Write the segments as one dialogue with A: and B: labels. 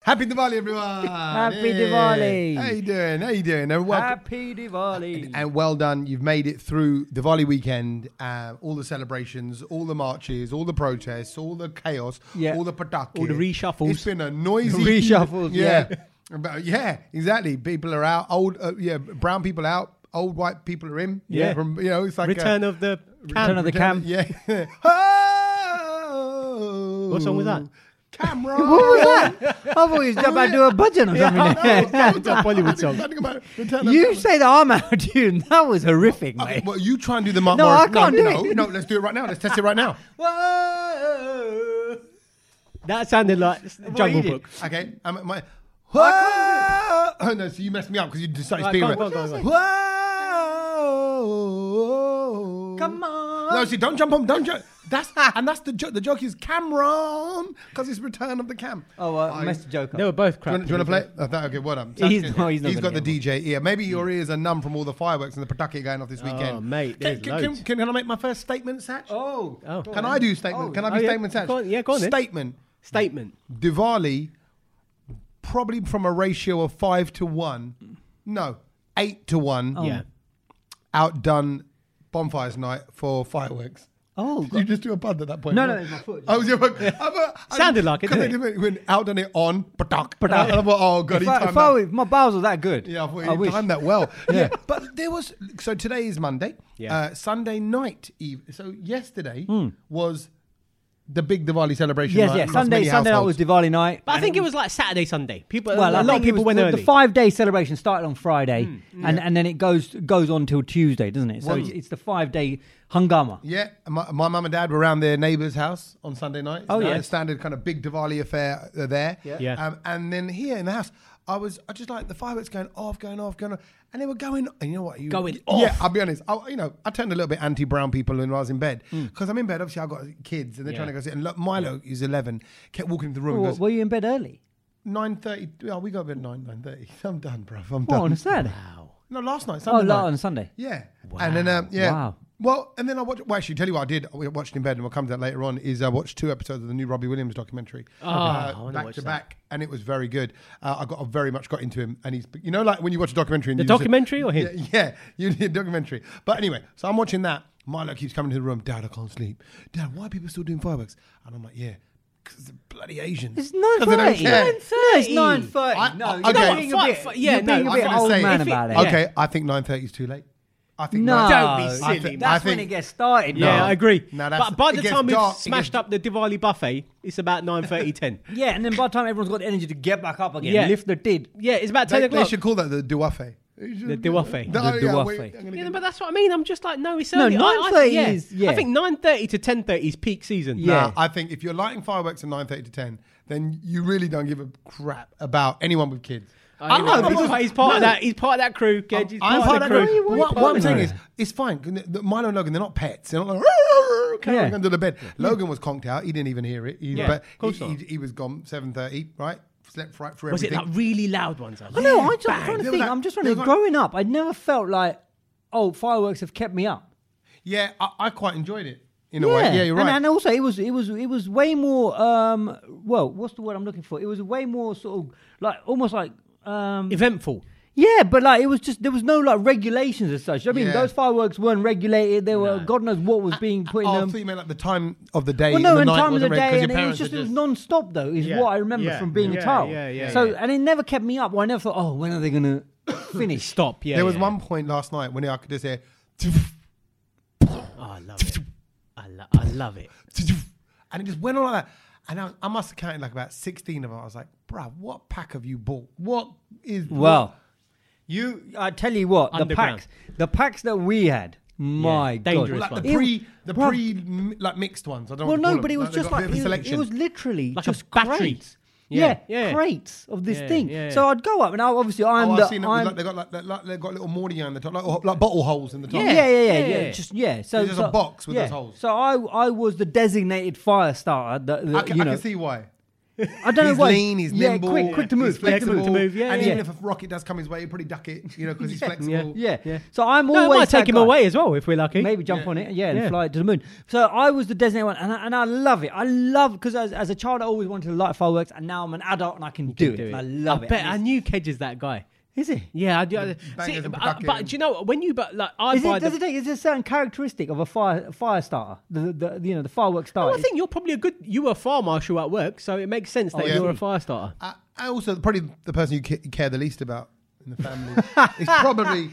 A: Happy Diwali, everyone!
B: Happy
A: Yeah.
B: Diwali.
A: How you doing? How you doing? And welcome.
B: Happy Diwali.
A: and well done. You've made it through Diwali weekend, uh, all the celebrations, all the marches, all the protests, all the chaos,
B: Yeah.
A: all the pataki.
B: All the reshuffles.
A: It's been a noisy
B: Reshuffles,
A: Yeah, About- yeah, exactly. People are out. Old, uh, yeah, brown people out. Old white people are in.
B: Yeah.
A: from you know, it's like
C: Return
A: a,
C: of the
B: Return of the Cam.
A: Yeah. oh,
C: What song was that?
A: Cameron.
B: What was that? I thought he was about to do a budget or something.
C: That was a Bollywood song.
A: Something about Return of
B: you say that I'm out, dude. That was horrific,
A: Okay,
B: mate.
A: well, you try and do the Mark
B: No, I
A: Morris-
B: can't do
A: no,
B: it.
A: No, let's do it right now. Let's test it right now.
B: Whoa.
C: That sounded like Jungle
B: did.
C: Book.
A: Okay, I'm my. Whoa! Oh, no, so you messed me up because you decided
C: Right,
A: to
C: go
A: speak
C: on, go on,
A: about
C: go on, go on.
A: Whoa!
B: Come on.
A: No, see, don't jump on, don't jump. That's and that's the joke. The joke is Cameron because it's Return of the Cam.
B: Oh, well, I
A: I-
B: messed the joke up.
C: They were both
A: Do you
C: crap.
A: want to play? it? Oh, that, okay, what up?
B: He's- no, he's not
A: he's got
B: gonna
A: the
B: get
A: DJ ear. Maybe your ears are numb from all the fireworks and the Pataki going off this weekend.
C: Oh,
A: can,
C: mate, there's
A: can, can,
C: loads.
A: can I make my first statement, Satch?
B: Oh.
C: Oh.
A: Can I do statement?
B: Oh,
A: Can I
C: oh,
A: be
C: yeah.
A: statement, Satch?
C: Go on, yeah, go on then.
A: Statement.
C: Statement.
A: Diwali, probably from a ratio of five to one, no, eight to one,
B: Oh.
C: Yeah.
A: outdone bonfires night for fireworks.
B: Oh,
A: Did you just do a pud at that point?
B: No, no, it's my foot.
A: I was your foot. I'm a- I-
C: Sounded like it,
A: Cause
C: didn't
A: I went outdone it on patak patak. And I thought, oh god,
B: if,
A: he
B: I,
A: timed
B: if, I,
A: that.
B: were- if my bowels were that good,
A: Yeah, I thought
B: I
A: he
B: wish.
A: timed that well. yeah. but there was so today is Monday.
C: Yeah.
A: Uh, Sunday night Eve. So yesterday was the big Diwali celebration.
B: Hmm. Yes,
A: night
B: yes.
A: across
B: Sunday,
A: many
B: Sunday night
A: households.
B: was Diwali night.
C: But I think it was like Saturday, Sunday. People,
B: well,
C: a
B: I
C: lot of
B: think it
C: people
B: was-
C: went
B: the,
C: early.
B: The five-day celebration started on Friday, and, and then it goes goes on till Tuesday, doesn't it? So it's, it's the five-day hungama.
A: Yeah, my, my mum and dad were around their neighbour's house on Sunday night.
B: Oh,
A: yeah,
B: yes.
A: standard kind of big Diwali affair uh, there.
C: Yeah.
A: Um, and then here in the house, I was I just like the fireworks going off, going off, going off, and they were going. And you know what? You,
C: Going
A: Yeah,
C: off.
A: I'll be honest. I, you know, I turned a little bit anti-brown people when I was in bed because I'm in bed. Obviously, I've got kids, and they're
C: Yeah.
A: trying to go sit. And look, Milo is 11. Kept walking into the room.
B: Were-
A: and goes,
B: were you in bed early?
A: nine thirty. Oh, we got to bed at nine nine thirty. I'm done, bruv. I'm
B: What, on
A: done.
B: a Saturday?
A: No, last night.
B: Oh,
A: Sunday
B: la-
A: night.
B: on a Sunday.
A: Yeah. And then, um, yeah.
B: Wow.
A: Well, and then I watched. Well, actually, tell you what I did. I watched in bed, and we'll come to that later on. Is I watched two episodes of the new Robbie Williams documentary
B: Oh,
A: Uh,
C: I wanna
A: back
C: watch
A: to
C: that.
A: back, and it was very good. Uh, I got I very much got into him, and he's you know like when you watch a documentary, and
C: The
A: you just-
C: documentary or him?
A: Yeah, yeah, you need a documentary. But anyway, so I'm watching that. Milo keeps coming to the room. Dad, I can't sleep. Dad, why are people still doing fireworks? And I'm like, yeah, because the bloody Asians.
B: It's
A: 'Cause they don't
B: 9.30.
A: care.
B: No, it's 9.30.
A: I-
B: no,
A: I-
B: you're
A: okay.
B: being
C: Fuck,
B: a bit,
C: fuck, yeah,
B: you're being
C: no,
B: a
A: I'm
B: bit
A: gonna
B: old
A: say-
B: man
C: If it-
B: about it.
C: Yeah.
A: Okay, I think 9:30 is too late. I think
B: No,
A: 9:30
C: Don't be
A: I
C: silly.
A: think- I
B: That's when it
A: think-
B: gets started.
C: yeah,
B: now.
C: I agree.
A: No, that's-
C: but by
A: it
C: the
A: gets
C: time we've
A: dark, it
C: smashed
A: gets-
C: up the Diwali buffet, it's about 9.30, 10.
B: Yeah, and then by the time everyone's got the energy to get back up again,
C: Yeah.
B: lift the tid.
C: Yeah, it's about 10
A: They, they
C: o'clock.
A: should call that the duafe. The
C: duafe.
B: The duafe.
C: Yeah, but that's what I mean. I'm just like, no, it's
B: No,
C: early. I- I-
B: 9:30 is- yeah.
C: I think 9.30 to 10.30 is peak season.
B: Yeah.
A: I think if you're lighting fireworks at 9.30 to 10, then you really don't give a crap about anyone with kids.
C: I
A: I'm
C: know,
A: not-
C: because he's part of that. He's part of that crew. Gedge, he's part, of the crew.
B: Why are you
A: What, what I'm
B: partnering
A: saying
B: her?
A: is, it's fine. 'cause the- Milo and Logan, they're not pets. They're not like, "Rrrr, rrrr," carrying
B: Yeah.
A: under the bed. Logan was conked out. He didn't even hear it. He,
C: Yeah,
A: but
C: of course
A: he,
C: not.
A: he, he was gone 7.30, right? Slept right through
C: Was it
A: everything.
C: like really loud ones? I
B: I know, I just,
A: bang.
B: I'm trying to
A: There was
B: think.
A: that-
B: I'm just
A: there
B: wondering,
A: was that-
B: growing up, I never felt like, oh, fireworks have kept me up.
A: yeah, I, I quite enjoyed it in a way. Yeah, you're right.
B: And, and also, it was it was it was way more. Um, well, what's the word I'm looking for? It was way more sort of like almost like. Um,
C: Eventful.
B: yeah, but like it was just there was no like regulations as such. I mean,
A: Yeah.
B: those fireworks weren't regulated. There were
C: No.
B: God knows what was being put in
A: oh,
B: them.
A: I thought you meant like the time of the day.
B: Well, no,
A: the
B: and
A: night
B: time of the
A: wasn't ready
B: day,
A: 'cause your
B: and it was
A: parents
B: just
A: had
B: it was
A: just-
B: non-stop though, is
C: Yeah,
B: what I remember
C: yeah,
B: from being
C: yeah,
B: a child.
C: yeah, yeah,
B: so
C: yeah.
B: and it never kept me up. I never thought, oh, when are they gonna finish?
C: Stop. Yeah.
A: There was
C: yeah.
A: one point last night when I could just hear,
C: Oh, I love it. I, lo- I love it.
A: and it just went on like that. And I, I must have counted like about 16 of them. I was like, bruh, what pack have you bought? What is.
B: Well, you, I tell you what, the
C: Underground.
B: packs, the packs that we had, my
C: Yeah,
B: god,
C: dangerous
A: Like the
C: ones.
B: It-
A: pre, the
B: bruv,
A: pre, m- like mixed ones. I don't. know what
B: Well,
A: to
B: no,
A: call
B: but it
A: them.
B: was
A: Like, they've
B: just
A: got a bit of a
B: like it was, it
A: selection.
B: was literally
C: Like a
B: just
C: battery.
B: crates.
C: Yeah,
B: Yeah,
C: yeah.
B: crates of this
C: Yeah,
B: thing.
C: yeah.
B: So I'd go up, and I, obviously I'm
A: Oh,
B: the
A: I've seen it.
B: I'm,
A: Like, they got like, they- like they've got little morning on the top, like, oh, like bottle holes in the top.
B: yeah, yeah, yeah, yeah,
C: Yeah.
B: Just yeah. So
A: It's just a
B: so-
A: box with
B: yeah.
A: those holes.
B: So I I was the designated fire starter. The, the,
A: I can,
B: you
A: I
B: know,
A: can see why.
B: I don't
A: he's
B: know why.
A: lean, he's
B: yeah,
A: nimble,
B: quick, quick to move,
A: he's
B: quick to
A: flexible,
B: move.
C: to move, yeah,
A: and
B: yeah.
A: even if a rocket does come his way, he'll probably duck it, you know, because he's flexible.
B: Yeah, yeah. So I'm always
C: No, it might take
B: that
C: him
B: guy.
C: away as well if we're lucky.
B: Maybe jump
A: Yeah.
B: on it, yeah, and
C: Yeah.
B: fly it to the moon. So I was the designated one, and I, and I love it. I love because as, as a child, I always wanted to light fireworks, and now I'm an adult and I can do, it. And I love it.
C: bet
B: And
C: I
B: it's-
C: knew Kedge is that guy.
B: is it?
C: Yeah, I do. I,
A: bangers
C: see,
A: and
C: but, I- but
A: percussion.
C: do you know what, when you but like I
B: Is
C: buy
B: it,
C: the.
B: does it take, is there a certain characteristic of a fire fire starter? The, the, the you know the fireworks starter.
C: Well, I think you're probably a good. You were a fire marshal at work, so it makes
B: Oh,
C: sense that
A: yeah.
C: you're a fire starter.
A: I, I also probably the person you ca- care the least about in the family is probably. Like,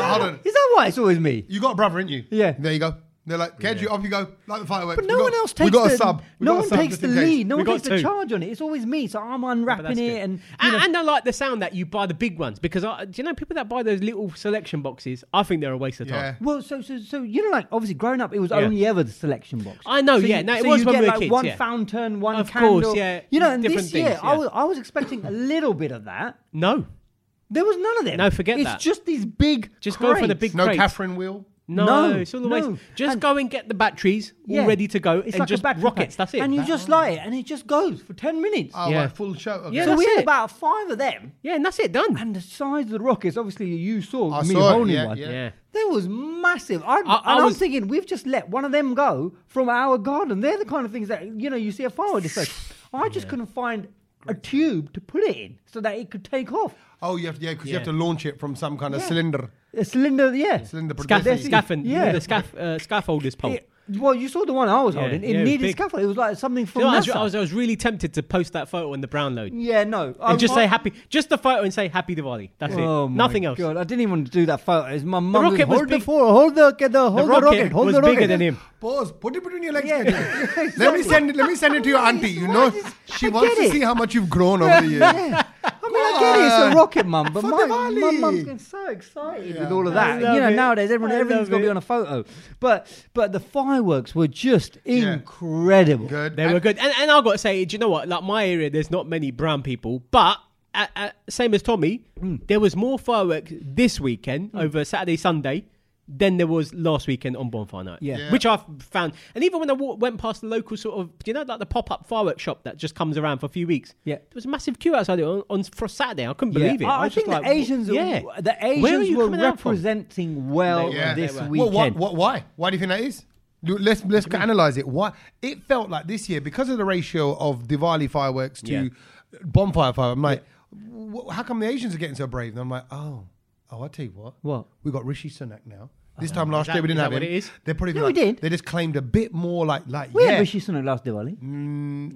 A: hold on,
B: Is that why it's always me?
A: you got a brother, ain't you?
B: Yeah.
A: There you go. They're like, Kedge, you off you go, like the fireworks.
B: But
A: We
B: no
A: got-
B: one else takes
A: We got
B: the,
A: a sub. We
B: no
A: got a
B: one
A: sub
B: takes
A: just
B: the
A: in case.
B: lead. No
C: We
B: one
C: got
B: takes
C: two.
B: the charge on it. It's always me. So I'm
C: But
B: unwrapping
C: that's
B: it
C: good. Ah,
B: and you
C: and,
B: know,
C: and I like the sound that you buy the big ones because I, do you know people that buy those little selection boxes? I think they're a waste of time.
A: Yeah.
B: Well, so so so you know, like obviously growing up, it was
C: Yeah.
B: only ever the selection box.
C: I know,
B: So
C: yeah,
B: you-
C: no, it
B: so
C: was
B: you
C: when
B: get
C: we were
B: like
C: kids,
B: one
C: yeah.
B: fountain, one
C: Of
B: candle.
C: course, yeah.
B: You know, and
C: Different
B: this year
C: things,
B: I
C: yeah.
B: was I was expecting a little bit of that.
C: No,
B: There was none of them.
C: No, forget
B: it's
C: that.
B: just these big.
C: Just go for the
B: crates.
C: big-
A: No
C: Great.
A: Catherine wheel.
C: no,
B: No,
C: it's all a
B: no.
C: waste. Just
B: And-
C: go and get the batteries
B: Yeah.
C: all ready to go
B: It's
C: and
B: like a
C: just
B: battery
C: rockets.
B: pack.
C: That's it.
B: And you just light it, and it just goes for ten minutes.
A: Oh,
C: Yeah.
A: like full show. Okay.
C: Yeah,
B: so we
C: that's
B: had
C: it.
B: about five of them,
C: yeah, and that's it. Done.
B: and the size of the rockets. Obviously, you saw
A: I
B: me
A: saw it,
B: holding
A: yeah,
B: one.
A: yeah.
C: yeah.
B: There was massive. I, and
C: I
B: I, was
C: was-
B: thinking we've just let one of them go from our garden. They're the kind of things that you know you see a firework display. I just couldn't find a tube to put it in so that it could take off.
A: Oh, you have to, yeah, because you
C: Yeah.
A: have to launch it from some kind of
B: Yeah.
A: cylinder.
B: A cylinder, yeah.
A: Cylinder
C: Scaff-
A: That's it.
C: scaffing,
B: Yeah.
C: yeah. the scaff, uh, scaffolders pole.
B: It- well, you saw the one I was
C: Yeah,
B: holding. It
C: yeah, it was
B: needed
C: big.
B: scaffold. It was like something
C: Do
B: from
C: you know, I, was,
B: NASA.
C: I was I was really tempted to post that photo on the brown load and
B: yeah, no. I
C: just
B: I-
C: say happy, just the photo and say happy Diwali. That's
B: Oh
C: it.
B: my
C: Nothing else.
B: God, I didn't even want to do that photo. It's my mum.
C: rocket
B: going,
C: was
B: Hold the
C: big-
B: four. Hold the, get the, hold the rocket.
C: rocket
B: hold
C: was
B: the rocket.
C: bigger than him.
A: Pause. Put it between your legs.
B: Yeah.
A: Let me send it. Let me send it to your
B: Why
A: auntie.
B: is-
A: You
B: why
A: know,
B: does-
A: she
B: I
A: wants
B: get
A: to
B: it.
A: see how much you've grown over the years.
B: Yeah. I mean, I get it. It's
A: on.
B: a rocket mum, but
A: For
B: my,
A: Diwali.
B: my mum's getting so excited with all of that.
C: I
B: You know,
C: love it.
B: nowadays everyone,
C: I
B: everything's
C: love
B: got to be
C: it.
B: on a photo. But but the fireworks were just incredible.
A: Good.
C: They were good, and, and I got to say, do you know what? Like my area, there's not many brown people, but uh uh same as Tommy,
B: Hmm.
C: there was more fireworks this weekend over Saturday, Sunday. than there was last weekend on bonfire night,
B: Yeah. Yeah.
C: which I found, and even when I wa- went past the local sort of, you know, like the pop up fireworks shop that just comes around for a few weeks,
B: Yeah.
C: there was a massive queue outside it on, on for Saturday. I couldn't believe it.
B: I, I
C: was
B: think
C: just
B: the
C: like,
B: Asians,
C: yeah,
B: the
C: Where are
B: Asians
C: you
B: were
C: coming out from?
B: representing well
A: Yeah.
B: this
C: They were.
B: weekend.
A: Well, what, what, why? Why do you think that is? Do- Let's let's analyze it. Why it felt like this year because of the ratio of Diwali fireworks to
C: Yeah.
A: bonfire fireworks. I'm like, "Wh- how come the Asians are getting so brave? And I'm like, oh, oh, I tell you what,
B: What?
A: we got Rishi Sunak now. This time last
C: that-
A: year we didn't
C: is
A: have
C: that
A: him.
C: what it is?
A: They probably
B: No,
A: like-
B: we did.
A: They just claimed a bit more like like
B: we
A: yeah.
B: had Rishi Sunak last Diwali.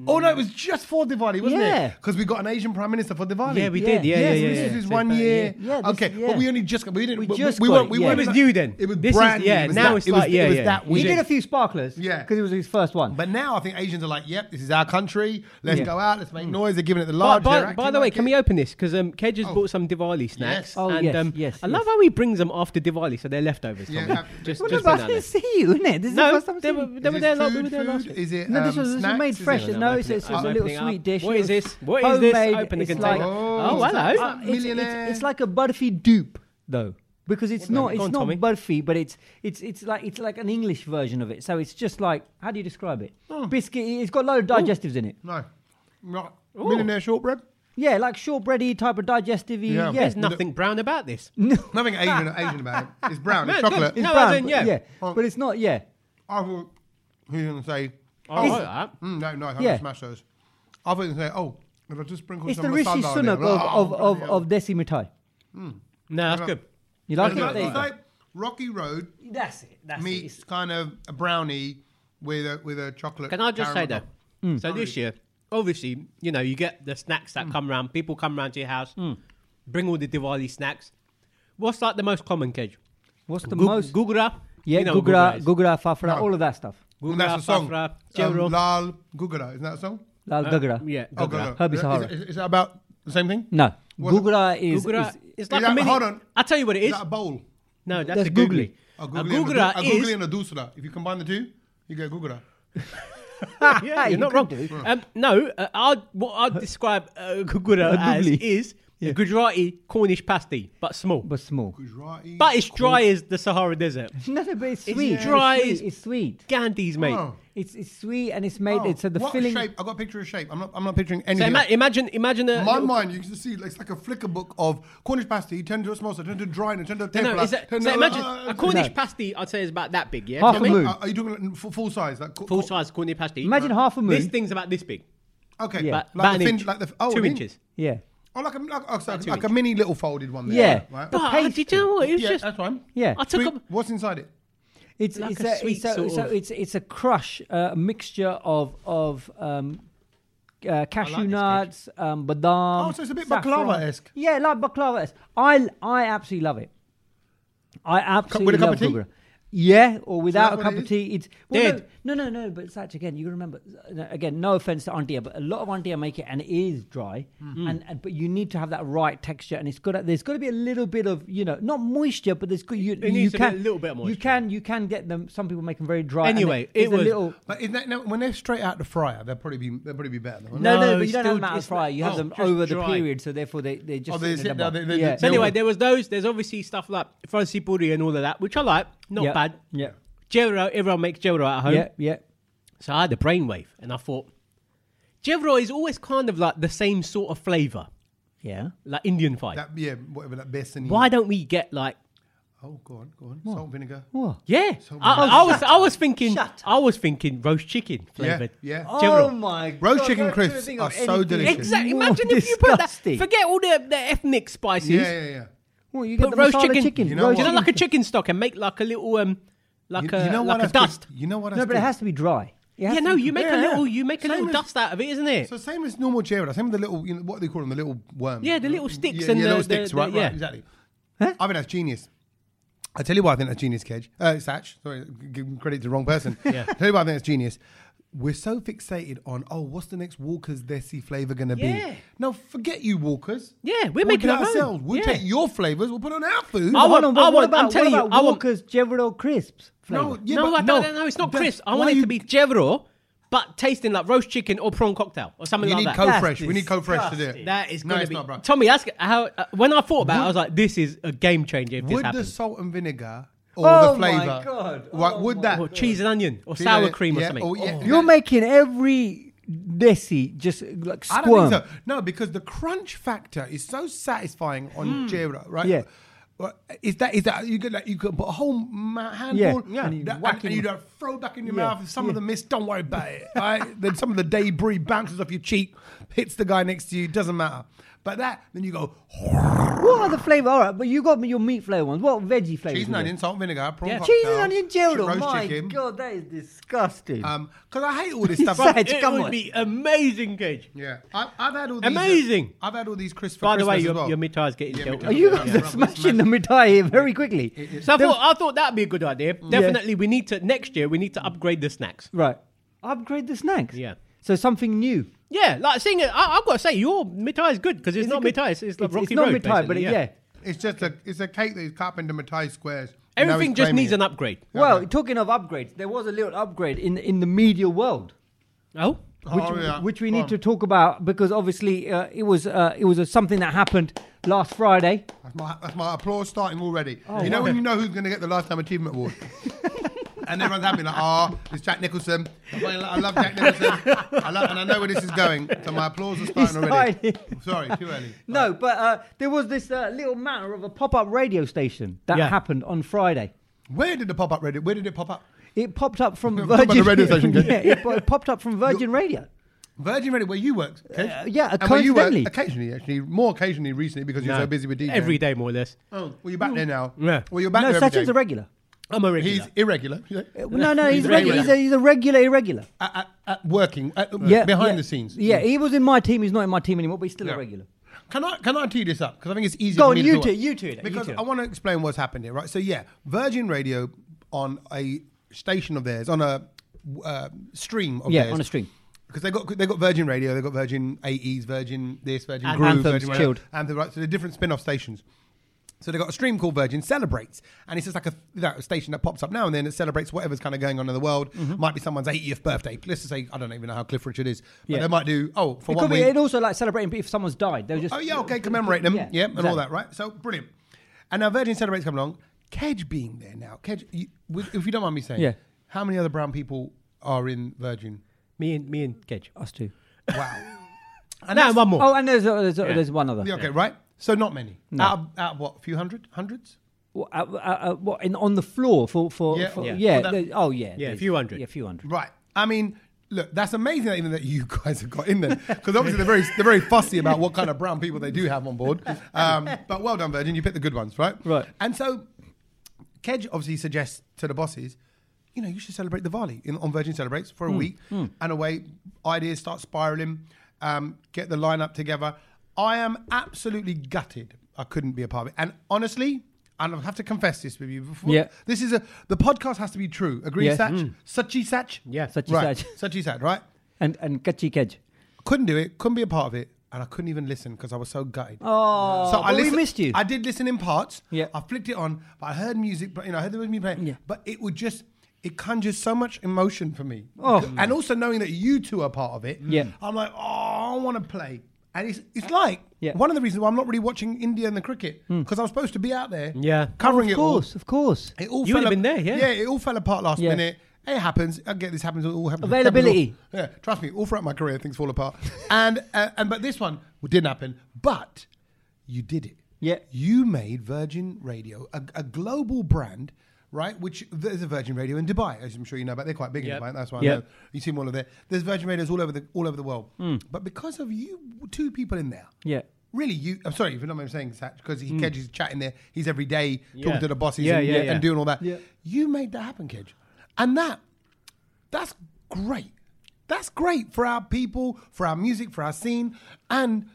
A: Oh no, it was just for Diwali, wasn't
B: Yeah.
A: it? Because we got an Asian prime minister for Diwali.
C: yeah, we
B: Yeah.
C: did, yeah,
A: Yes,
C: yeah,
A: so
C: yeah.
A: this
C: yeah.
A: is his
C: So
A: one
C: about-
A: year.
B: Yeah, this-
A: okay,
B: yeah.
A: but we only just got. We didn't.
B: We
A: We,
B: just
A: we
B: got
A: weren't.
B: it,
A: We
B: yeah.
A: weren't
B: It
C: was new then.
A: It was
C: This is-
A: brand new.
C: yeah,
A: It was
C: now
A: that-
C: it's
A: it was,
C: like, yeah,
A: it was
C: yeah.
A: that
B: He
A: weird.
B: did a few sparklers,
A: Yeah.
B: because it was his first one.
A: But now I think Asians are like, yep, this is our country. Let's
B: Yeah.
A: go out. Let's make noise. They're giving it the
C: Hmm. By,
A: large.
C: by,
A: They're
C: by
A: acting
C: the way,
A: like
C: can
A: it.
C: we open this? Because um, Kedge has
A: Oh.
C: bought some Diwali
A: Yes.
C: snacks.
B: Oh,
C: and,
B: yes,
C: um,
B: yes,
C: I love
B: yes.
C: how he brings them after Diwali, so they're leftovers.
A: Yeah,
C: Tommy.
A: uh,
C: just,
B: What
C: just
B: about I
C: put
B: didn't
C: that
B: see you, innit? This is the
C: there.
B: first time
C: No,
B: I've
C: they
B: seen
C: were,
B: you.
C: they
A: Is
C: were
A: it
C: there, like,
A: food,
C: we were there last
A: food?
C: week.
A: Is it?
B: No,
A: um,
B: this was, this was
A: snacks?
B: made
A: Is it-
B: fresh.
C: no,
B: No,
C: no,
B: it's, it's,
C: I'm
B: it's a
C: opening
B: little
C: it up.
B: sweet dish.
C: What
B: It
C: is
B: was
C: this? What is this?
B: homemade.
C: Open the
B: It's
C: container.
B: like-
A: Oh,
C: Oh,
A: it's like-
C: hello.
A: uh,
B: it's, it's, it's
A: Millionaire.
B: like a Burfi dupe, though, because it's not it's
C: Go on,
B: not
C: Tommy.
B: Burfi, but it's it's it's like it's like an English version of it. So it's just like how do you describe it?
C: Oh.
B: Biscuit. It's got a load of digestives in it.
A: No. Not- Millionaire shortbread?
B: Yeah, like shortbready type of digestive. Yeah,
A: Yeah.
B: yeah.
C: There's nothing brown about this.
A: Nothing Asian, Asian about it. It's brown. It's
C: No,
A: chocolate.
C: no,
B: It's
C: as
B: brown,
C: in,
B: but-
C: yeah.
B: yeah,
A: Oh.
B: but it's not. Yeah,
A: I thought he was going to say,
C: Oh, I like that.
A: Mm, no, no, I'm
B: Yeah.
A: going to smash those. I thought he was going to say, oh, if I just sprinkle
B: it's
A: some
B: the Rishi
A: masala on it.
B: Sunak of
A: Oh,
B: of of,
A: bloody hell.
B: of Desi Mitai.
C: No,
A: Yeah.
C: that's good.
B: You like it?
A: It's like-
B: There you
A: it's
B: go.
A: like Rocky Road
B: That's it. That's
A: meets kind of a brownie with a, with a chocolate.
C: Can I just
A: caramel
C: say though?
A: top.
B: Mm.
C: So this year, obviously, you know, you get the snacks that come round. People come round to your house,
B: Mm.
C: bring all the Diwali snacks. What's like the most common, Kedge?
B: What's the
C: Gu-
B: most?
C: Gugra.
B: Yeah,
C: You know what
B: Gugra,
C: is.
B: Gugra, Fafra,
A: No.
B: all of that stuff.
A: And that's a song.
C: Fafra, Jero.
A: Um, Lal Gugara, isn't that a song?
B: Lal Gugra.
C: Yeah,
A: Oh,
C: Gugra.
A: Gugara.
B: Herbie
A: Is-
B: Sahara.
A: Is, is that about the same thing?
B: No,
A: What's it-
B: Gugra is,
C: Google
B: is
C: is, it's like
A: that-
C: a mini.
A: hold on.
C: I'll tell you what it
A: Is
C: is.
A: that a bowl?
C: no, that's,
B: That's
C: a googly.
A: A
C: A
A: googly, and
C: Google
A: a, du- a googly
C: is.
A: and a dusra. If you combine the two, you get Gugara.
C: yeah,
B: You
C: you're not
B: Ah, could
C: wrong.
B: do.
C: Um, no, uh, I'd, what I'd describe uh, Google as
B: googly.
C: is The Gujarati Cornish pasty, but small. But,
B: but small.
A: Gujarati.
C: it's dry as the Sahara Desert.
B: No, no, but it's
C: It's
B: sweet. It's
C: dry.
B: sweet. It's sweet.
C: Gandhi's, mate.
A: Oh.
B: It's, it's sweet and it's made.
A: Oh,
B: it's so the
A: what
B: filling.
A: shape? I got a picture of shape. I'm not. I'm not picturing
C: So
A: anything.
C: ima- imagine, imagine a.
A: In my
C: little-
A: mind, you can see it's like a flicker book of Cornish pasty turned to a samosa, turned to dry, and turned to a
C: no,
A: tempura.
C: no, is that,
A: turned
C: so
A: to-
C: imagine
A: uh,
C: a Cornish
B: No.
C: pasty. I'd say is about that big. Yeah,
B: Half
C: You
B: a
C: know what I mean?
B: moon.
A: Are, are you talking like full, full size? Like co-
C: Full
A: co-
C: size Cornish pasty.
B: Imagine half a moon.
C: This thing's about this big,
A: Okay,
B: Yeah.
C: but
A: like
C: about
A: the
C: an
A: fin-
C: inch,
A: like the oh,
C: two
A: an inch.
C: inches.
B: yeah.
A: Oh, like a, like, oh, so-
C: two
A: like a
C: inch.
A: mini little folded one there.
B: Yeah.
A: right.
B: But-
C: But
B: pasty.
C: did you know what? It was
A: Yeah,
C: just
A: that's fine.
B: Yeah.
C: I took
A: Sweet-
C: a
A: What's inside it?
B: It's
C: Like
B: it's
C: a
B: a,
C: sweet
B: it's, a,
C: sort
B: so
C: of-
B: it's it's a crush, uh, mixture of of um, uh, cashew
C: this
B: nuts, um, badam.
A: Oh, so it's a bit
B: saffron.
A: baklava-esque.
B: Yeah, like baklava esque. I I absolutely love it. I absolutely
A: cup
B: love
A: of tea?
B: Gurgura. Yeah, or without
A: that's
B: a
A: what
B: cup
A: it
B: of
A: is?
B: tea, it's well,
C: Dead.
B: No, no, no, no. But it's actually again, you remember uh, again. No offense to Auntie, but a lot of Auntie make it and it is dry,
C: Mm.
B: and, and but you need to have that right texture, and it's got there's got to be a little bit of you know not moisture, but there's got you
C: It
B: you
C: needs to be a
B: can
C: little bit of
B: You
C: moisture.
B: can you can get them. Some people make them very dry. and
C: Anyway,
B: there's
C: it
B: a
C: was-
B: little.
A: But is that, now, when they're straight out the fryer, they'll probably be they'll probably be better. Than
B: No, no,
C: No,
B: but you
C: it's
B: don't
C: still-
B: have them out of
C: it's
B: fryer. You
C: not-
B: have them
C: oh,
B: over
C: just
B: the
C: dry.
B: period, so therefore they they just
A: Oh, they
B: sit in
A: sit
B: the
A: down,
B: bar.
A: they- they-
B: yeah.
C: So
A: They
C: anyway,
A: were-
C: there was those. There's obviously stuff like fancy puri and all of that, which I like. Not
B: yeah.
C: bad.
B: Yeah,
C: Jero, everyone makes Jero at home.
B: yeah, yeah.
C: So I had a brainwave, and I thought, Jevro is always kind of like the same sort of flavour,
B: yeah.
C: like Indian fight.
A: That yeah, whatever that besan.
C: Why don't we get like?
A: Oh, go on, go on. Salt and vinegar.
B: What?
C: Yeah,
A: So
C: I,
A: many-
C: I was, I was thinking,
B: Shut
C: I was thinking roast chicken flavoured.
A: yeah.
B: Oh
C: Jevro.
B: my god!
A: Roast chicken
B: don't
A: crisps
B: even think
A: are
B: of
A: so
B: anything
A: delicious.
C: Exactly.
B: more
C: Imagine if you put that.
B: disgusting.
C: Forget all the, the ethnic spices.
A: Yeah, yeah, yeah.
B: Well, you get the
C: Put roast
B: masala
C: chicken.
B: chicken.
A: You know
B: roast
C: Do you know,
A: what?
C: like a chicken stock, and make like a little um, like
A: you,
C: a
A: you know
C: like
A: what
C: a dust.
A: Good. You know what?
B: No, but it has to be dry. It has to
C: Yeah, no,
B: be
C: you make
A: Yeah,
C: a little,
A: yeah.
C: you make a
A: Same
C: little
A: as-
C: dust out of it, isn't it?
A: So same as normal Gerard, same with the little, you know, what do they call them? The little worms.
C: Yeah, the little sticks
A: yeah,
C: and
A: yeah,
C: the-
A: little sticks,
C: the-
A: right?
C: the- yeah.
A: Right, exactly. I think that's genius. I tell you why I think that's genius, Kedge. Uh, Satch, sorry, giving credit to the wrong person. Yeah. tell you why I think that's genius. We're so fixated on, oh, what's the next Walker's Desi flavour going to
C: Yeah.
A: be? No, forget you, Walker's.
C: Yeah, we're
A: we'll
C: making
A: do it
C: our own.
A: ourselves. We'll
C: Yeah.
A: take your flavours, we'll put on our food.
C: I
B: Hold
C: want-
B: on, but
C: I
B: what
C: want- I'm
B: about,
C: telling you,
B: what about
C: I want-
B: Walker's Jevro crisps?
A: no,
B: Flavor?
A: yeah, but
C: no, I don't, no, no, it's not
A: That's-
C: crisp. I
A: why
C: want it
A: you-
C: to be Jevro, but tasting like roast chicken or prawn cocktail or something
A: You
C: like
A: need
C: that.
A: co
B: That's
A: fresh. We need co fresh to do it.
B: disgusting.
C: that is
A: no,
C: going
A: it's
C: to
A: not,
C: be.
A: bro.
C: Tommy, that's how. Uh, when I thought about it, I was like, this is a game changer if this
A: Would the
C: happens.
A: salt and vinegar or
B: Oh
A: the
B: my
A: flavour?
B: God.
A: Right,
B: Oh
A: would
B: my
A: that?
C: or cheese and onion or
A: Cheese
C: sour
A: and-
C: cream or
A: yeah,
C: something.
A: oh, yeah.
B: You're making every desi just like
A: I don't
B: squirm.
A: think so. No, because the crunch factor is so satisfying on Jera, right?
B: Yeah.
A: Well, Is that is that you could like you could put a whole ma-
B: Yeah.
A: handful
B: Yeah.
A: and,
B: And you
A: you and,
B: whack in
A: and you
B: your-
A: don't throw back in your
B: Yeah.
A: mouth. If some of them miss, don't worry about it. Right? then some of the debris bounces off your cheek, hits the guy next to you. Doesn't matter. But that then you go
B: What are the flavour? All right, but you got me your meat flavour ones. What veggie flavours?
A: cheese and
B: we got?
A: onion, salt and vinegar, prawn
C: Yeah.
A: cocktail,
B: Cheese and onion Jevro.
A: roast
B: My
A: chicken.
B: god, that is disgusting.
A: Um, because I hate all this stuff.
B: Sad.
C: it
B: Come
C: would
B: on.
C: be amazing, Gage.
A: Yeah, I've, I've had all these. uh,
C: Amazing.
A: I've had all these crisps. For
C: By the way,
A: Christmas
C: your,
A: as well.
C: your mitai is getting
A: Yeah,
C: dealt
A: mitai.
B: Are
C: with.
B: you
A: yeah,
B: guys
A: yeah.
B: are smashing the mitai here very quickly?
C: So I thought, I thought that'd be a good idea. Definitely, we need to next year. We need to upgrade the snacks.
B: Right. Upgrade the snacks.
C: Yeah.
B: So something new.
C: Yeah, like seeing it. I, I've got to say, your mitai is good because it's
B: Is it
C: not
B: good?
C: mitai. It's, it's like Rocky
B: it's not
C: Road.
B: mitai, but
C: basically,
B: it- yeah.
A: It's just a it's a cake that is cut up into Matai squares. and now
C: Everything
A: he's
C: just
A: claiming
C: needs
A: it.
C: an upgrade.
B: Well, talking of upgrades, there was a little upgrade in in the media world.
C: Oh,
B: which,
A: Oh, yeah.
B: which we
A: Go
B: need
A: on.
B: to talk about because obviously uh, it was uh, it was a, something that happened last Friday.
A: That's my, that's my applause starting already.
C: Oh,
A: you know
B: wow.
A: when you know who's going to get the lifetime achievement award. And everyone's happy, like, ah, it's Jack Nicholson. I love Jack Nicholson. I love, and I know where this is going. So my applause is starting already. Sorry, too early.
B: No, but uh, there was this uh, little matter of a pop-up radio station that
C: Yeah.
B: happened on Friday.
A: Where did the pop up, Reddit? Where did it pop up?
B: It popped up from
A: Talk about the
B: Virgin
A: radio station,
B: yeah,
A: Ken.
B: it, po- it popped up from Virgin Radio.
A: Virgin Reddit, where you worked. Kev?
B: Uh, yeah,
A: and where you work
B: coincidentally.
A: occasionally, actually, more occasionally recently because you're
C: No.
A: so busy with DJ.
C: Every day, more or less.
A: Oh, well, you're back there now.
C: Yeah.
A: Well, you're back
B: no,
A: there every
B: Sachin's
A: day.
B: a regular.
C: I'm a regular.
A: He's irregular. you know?
B: Uh, No, no,
A: He's
B: he's,
A: a
B: regu-
A: regular.
B: he's, a, he's a regular irregular.
A: At, at, at working, at,
B: Yeah,
A: behind
B: yeah.
A: the scenes.
B: Yeah, he was in my team. He's not in my team anymore, but he's still
A: Yeah.
B: a regular.
A: Can I can I tee this up because I think it's easier.
B: Go
A: for
B: on,
A: me
B: you
A: to do
B: two-
A: it.
B: you two then, you
A: Because
B: two.
A: I want to explain what's happened here, right? So yeah, Virgin Radio on a station of theirs on a uh, stream of
B: Yeah,
A: theirs,
B: on a stream.
A: Because they got they got Virgin Radio, they got Virgin 80s, Virgin this, Virgin
C: And
A: Groove,
B: Anthems,
A: Virgin
B: Chilled.
A: and right, so they're different spin-off stations. So they got a stream called Virgin Celebrates, and it's just like a that station that pops up now and then. It celebrates whatever's kind of going on in the world.
B: Mm-hmm.
A: Might be someone's 80th birthday. Let's just say I don't even know how Cliff Richard is, but
B: Yeah.
A: they might do. Oh, for
B: It
A: one
B: could be,
A: week.
B: and also like celebrating if someone's died. They'll just
A: Oh yeah, okay, commemorate them.
B: Yeah,
A: yep, and all
B: exactly.
A: that, right? So brilliant. And now Virgin Celebrates come along. Kedge being there now. Kedge, you, with- if you don't mind me saying,
B: Yeah.
A: how many other brown people are in Virgin?
C: Me and me and Kedge.
B: Us two.
A: Wow.
C: And now one more.
B: Oh, and there's there's, there's one other.
A: Yeah, okay, right? So not many. Out, of, out of what? A few hundred? Hundreds?
B: Well, uh, uh, uh, what, in, on the floor for for
A: Yeah.
B: yeah.
A: Yeah.
B: yeah.
A: Well, that-
B: there- oh yeah.
C: Yeah, a
B: there's-
C: few hundred.
B: Yeah, a few hundred.
A: Right. I mean, look, that's amazing that even that you guys have got in there because obviously they're very they're very fussy about what kind of brown people they do have on board. Um, but well done, Virgin. You picked the good ones, right?
B: Right.
A: And so, Kedge obviously suggests to the bosses. You know, you should celebrate Diwali in, on Virgin Celebrates
B: Hmm.
A: for a week, and away ideas start spiraling. Um, get the lineup together. I am absolutely gutted. I couldn't be a part of it, and honestly, and I have to confess this with you. Before,
B: Yeah.
A: this is a the podcast has to be true. Agree,
B: Yes. Mm.
A: Satch? Suchi Satch?
C: Yeah.
B: Such as
A: right.
B: that.
A: Such is that, right?
B: And and Ketchy Kedge.
A: Couldn't do it, couldn't be a part of it, and I couldn't even listen because I was so gutted.
B: Oh,
A: so
B: but we missed you.
A: I did listen in parts.
B: Yeah.
A: I flicked it on, but I heard music, but you know, I heard there was music playing.
B: Yeah.
A: But it would just it conjures so much emotion for me.
B: Oh.
A: And also knowing that you two are part of it,
B: Yeah.
A: I'm like, oh, I want to play. And it's, it's like
B: Yeah. Hmm.
A: one of the reasons why I'm not really watching India and the cricket because I was supposed to be out there
C: Yeah.
A: covering
B: Oh, of
A: it all.
B: course, of course.
A: It all
C: You
A: fell
C: would've
A: ap-
C: been there, yeah.
A: Yeah, it all fell apart last
B: Yeah.
A: minute. It happens. I get this happens. It all happens.
B: Availability.
A: Happens all- yeah, trust me. All throughout my career, things fall apart. and uh, and but this one didn't happen. But you did it.
B: Yeah.
A: You made Virgin Radio a, a global brand, right? Which there's a Virgin Radio in Dubai, as I'm sure you know. But they're quite big
C: Yep.
A: in Dubai. That's why I
B: Yep.
A: know you see them all of there. There's Virgin Radios all over the all over the world.
C: Hmm.
A: But because of you two people in there,
B: Yeah.
A: Really, you. I'm sorry if you're not what I'm saying, Satch, because he Kedge is chatting there. He's every day
C: Hmm. Yeah.
A: talking to the bosses
C: Yeah,
A: and,
C: yeah, yeah.
A: and doing all that.
B: Yeah.
A: You made that happen, Kedge, and that that's great. That's great for our people, for our music, for our scene, and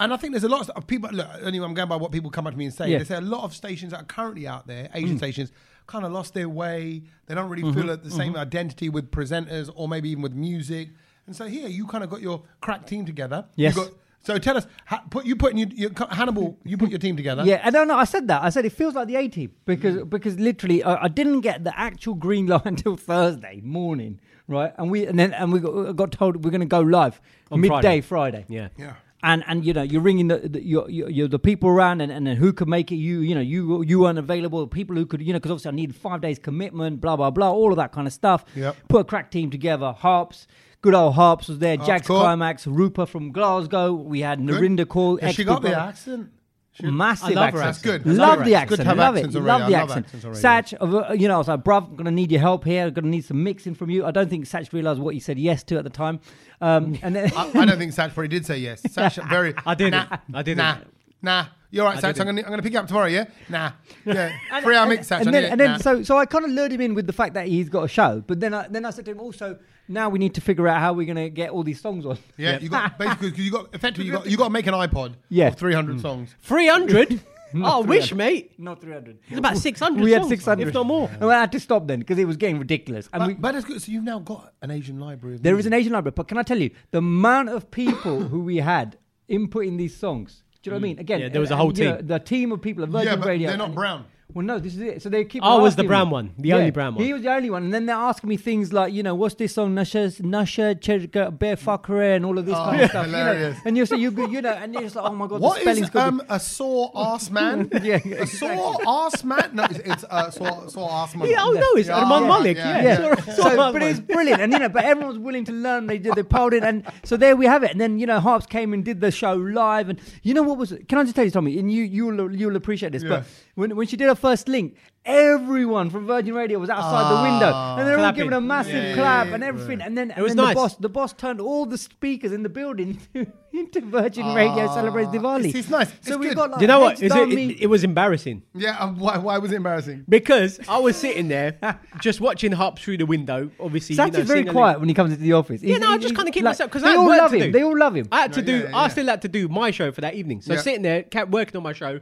A: and I think there's a lot of people. Look, anyway, I'm going by what people come up to me and say.
B: Yeah.
A: They say a lot of stations that are currently out there,
C: Mm-hmm.
A: Asian stations, kind of lost their way. They don't really feel at the
C: Mm-hmm.
A: same identity with presenters or maybe even with music. And so here, you kind of got your crack team together. You
B: Yes.
A: got- so tell us, ha, put you put in your, your Hannibal. You put your team together.
B: Yeah, I don't know. I said that. I said it feels like the A team because
A: Mm.
B: because literally I, I didn't get the actual green light until Thursday morning, right? And we and then and we got, got told we're going to go live
C: On
B: midday
C: Friday.
B: Friday.
C: Yeah.
A: Yeah.
B: And and you know you're ringing the, the you're, you're, you're the people around and, and then who could make it you you know you you weren't available people who could you know because obviously I needed five days commitment blah blah blah all of that kind of stuff
A: Yep.
B: put a crack team together harps good old harps was there
A: Harps
B: Jack's
A: Corp.
B: climax Rupa from Glasgow we had Narinda Kaur
A: Yeah, she
B: expert
A: got the
B: brother.
A: accent. She-
B: Massive
C: I love her
B: accent.
C: accent.
A: That's good. I
B: Love
A: love her
B: the
A: accent. It's good to have
B: accent. love
A: accents
B: it.
A: already.
B: Love the
A: I love
B: accent.
A: accents already.
B: Satch, uh, you know, I was like, bruv, I'm going to need your help here. I'm going to need some mixing from you. I don't think Satch realised what he said yes to at the time. Um, and then,
A: I, I don't think Satch probably did say yes. Satch very.
C: I didn't.
A: Nah,
C: I didn't.
A: Nah. Nah. You're right, Satch. I'm going to I'm gonna pick you up tomorrow, yeah? Nah. Yeah. Three hour mix, Satch. I
B: and
A: need
B: then,
A: it.
B: and then
A: Nah.
B: so, so I kind of lured him in with the fact that he's got a show. But then I, then I said to him, also, now we need to figure out how we're going to get all these songs on.
A: Yeah, you got basically 'cause you got effectively you got you got to make an iPod.
B: Yeah. Mm.
A: of three hundred songs.
C: 300? oh, wish, mate.
B: Not 300.
C: It's about 600.
B: We had
C: songs,
B: 600.
C: If not more.
B: And I had to stop then because it was getting ridiculous. And
A: But,
B: we,
A: but it's good. So you've now got an Asian library. Of
B: There is
A: music.
B: an Asian library, but can I tell you the amount of people who we had inputting these songs? Do you know what I mean? Again,
C: Yeah, there was a
B: uh,
C: whole
B: you know,
C: team.
B: the team of people at Virgin
A: Yeah, but
B: Radio.
A: they're not brown.
B: Well, no, this is it. So they keep.
C: I was the
B: asking
C: brown
B: me.
C: one, the only brown one.
B: He was the only one, and then they're asking me things like, you know, what's this song, Nasha, Nasha, Cherka, Bear Fuckere, and all of this
A: Oh,
B: kind of stuff. you know.
A: hilarious.
B: And you say you, you know, and you're just like, oh my god,
A: What
B: the
A: is
B: spelling's got to be-
A: um, a sore ass man?
B: Yeah, yeah,
A: a sore ass man. No, it's, it's uh, sore sore ass man.
C: Yeah, oh, no, it's
A: Yeah,
C: Arman
A: yeah,
C: Malik.
A: yeah,
C: Yeah.
B: yeah.
C: Sorry, sorry,
B: so, but
C: Arman.
B: it's brilliant, and you know, but everyone was willing to learn. They did, they piled in, and so there we have it. And then you know, Harps came and did the show live, and you know what was? Can I just tell you, Tommy? And you, you'll, you'll appreciate this.
A: Yeah.
B: But when, when she did her first link, everyone from Virgin Radio was outside the window, and they're all
C: Clapping.
B: giving a massive
A: Ah. Yeah,
B: clap
A: yeah,
B: and everything. And then, and
C: was
B: then
C: nice.
B: the boss, the boss turned all the speakers in the building into, into Virgin Radio celebrates Diwali.
A: Ah. it's- it's nice.
B: So
A: It's
B: we
A: good.
B: got like
C: Do you know what?
B: heads
C: Is it,
B: down
C: it,
B: me-
C: it was embarrassing.
A: Yeah, um, why, why was it embarrassing?
C: Because I was sitting there just watching Hop through the window. Obviously,
B: Satch
C: you know,
B: is very
C: singing-
B: quiet when he comes into the office.
C: Yeah, no, I just kind of keep myself because I
B: they
C: had
B: all
C: work
B: love
C: to
B: him.
C: do.
B: They all love him.
C: I had to
A: Yeah,
C: do.
A: yeah, yeah,
C: I
A: yeah.
C: still had to do my show for that evening. So
A: Yeah.
C: sitting there, kept working on my show.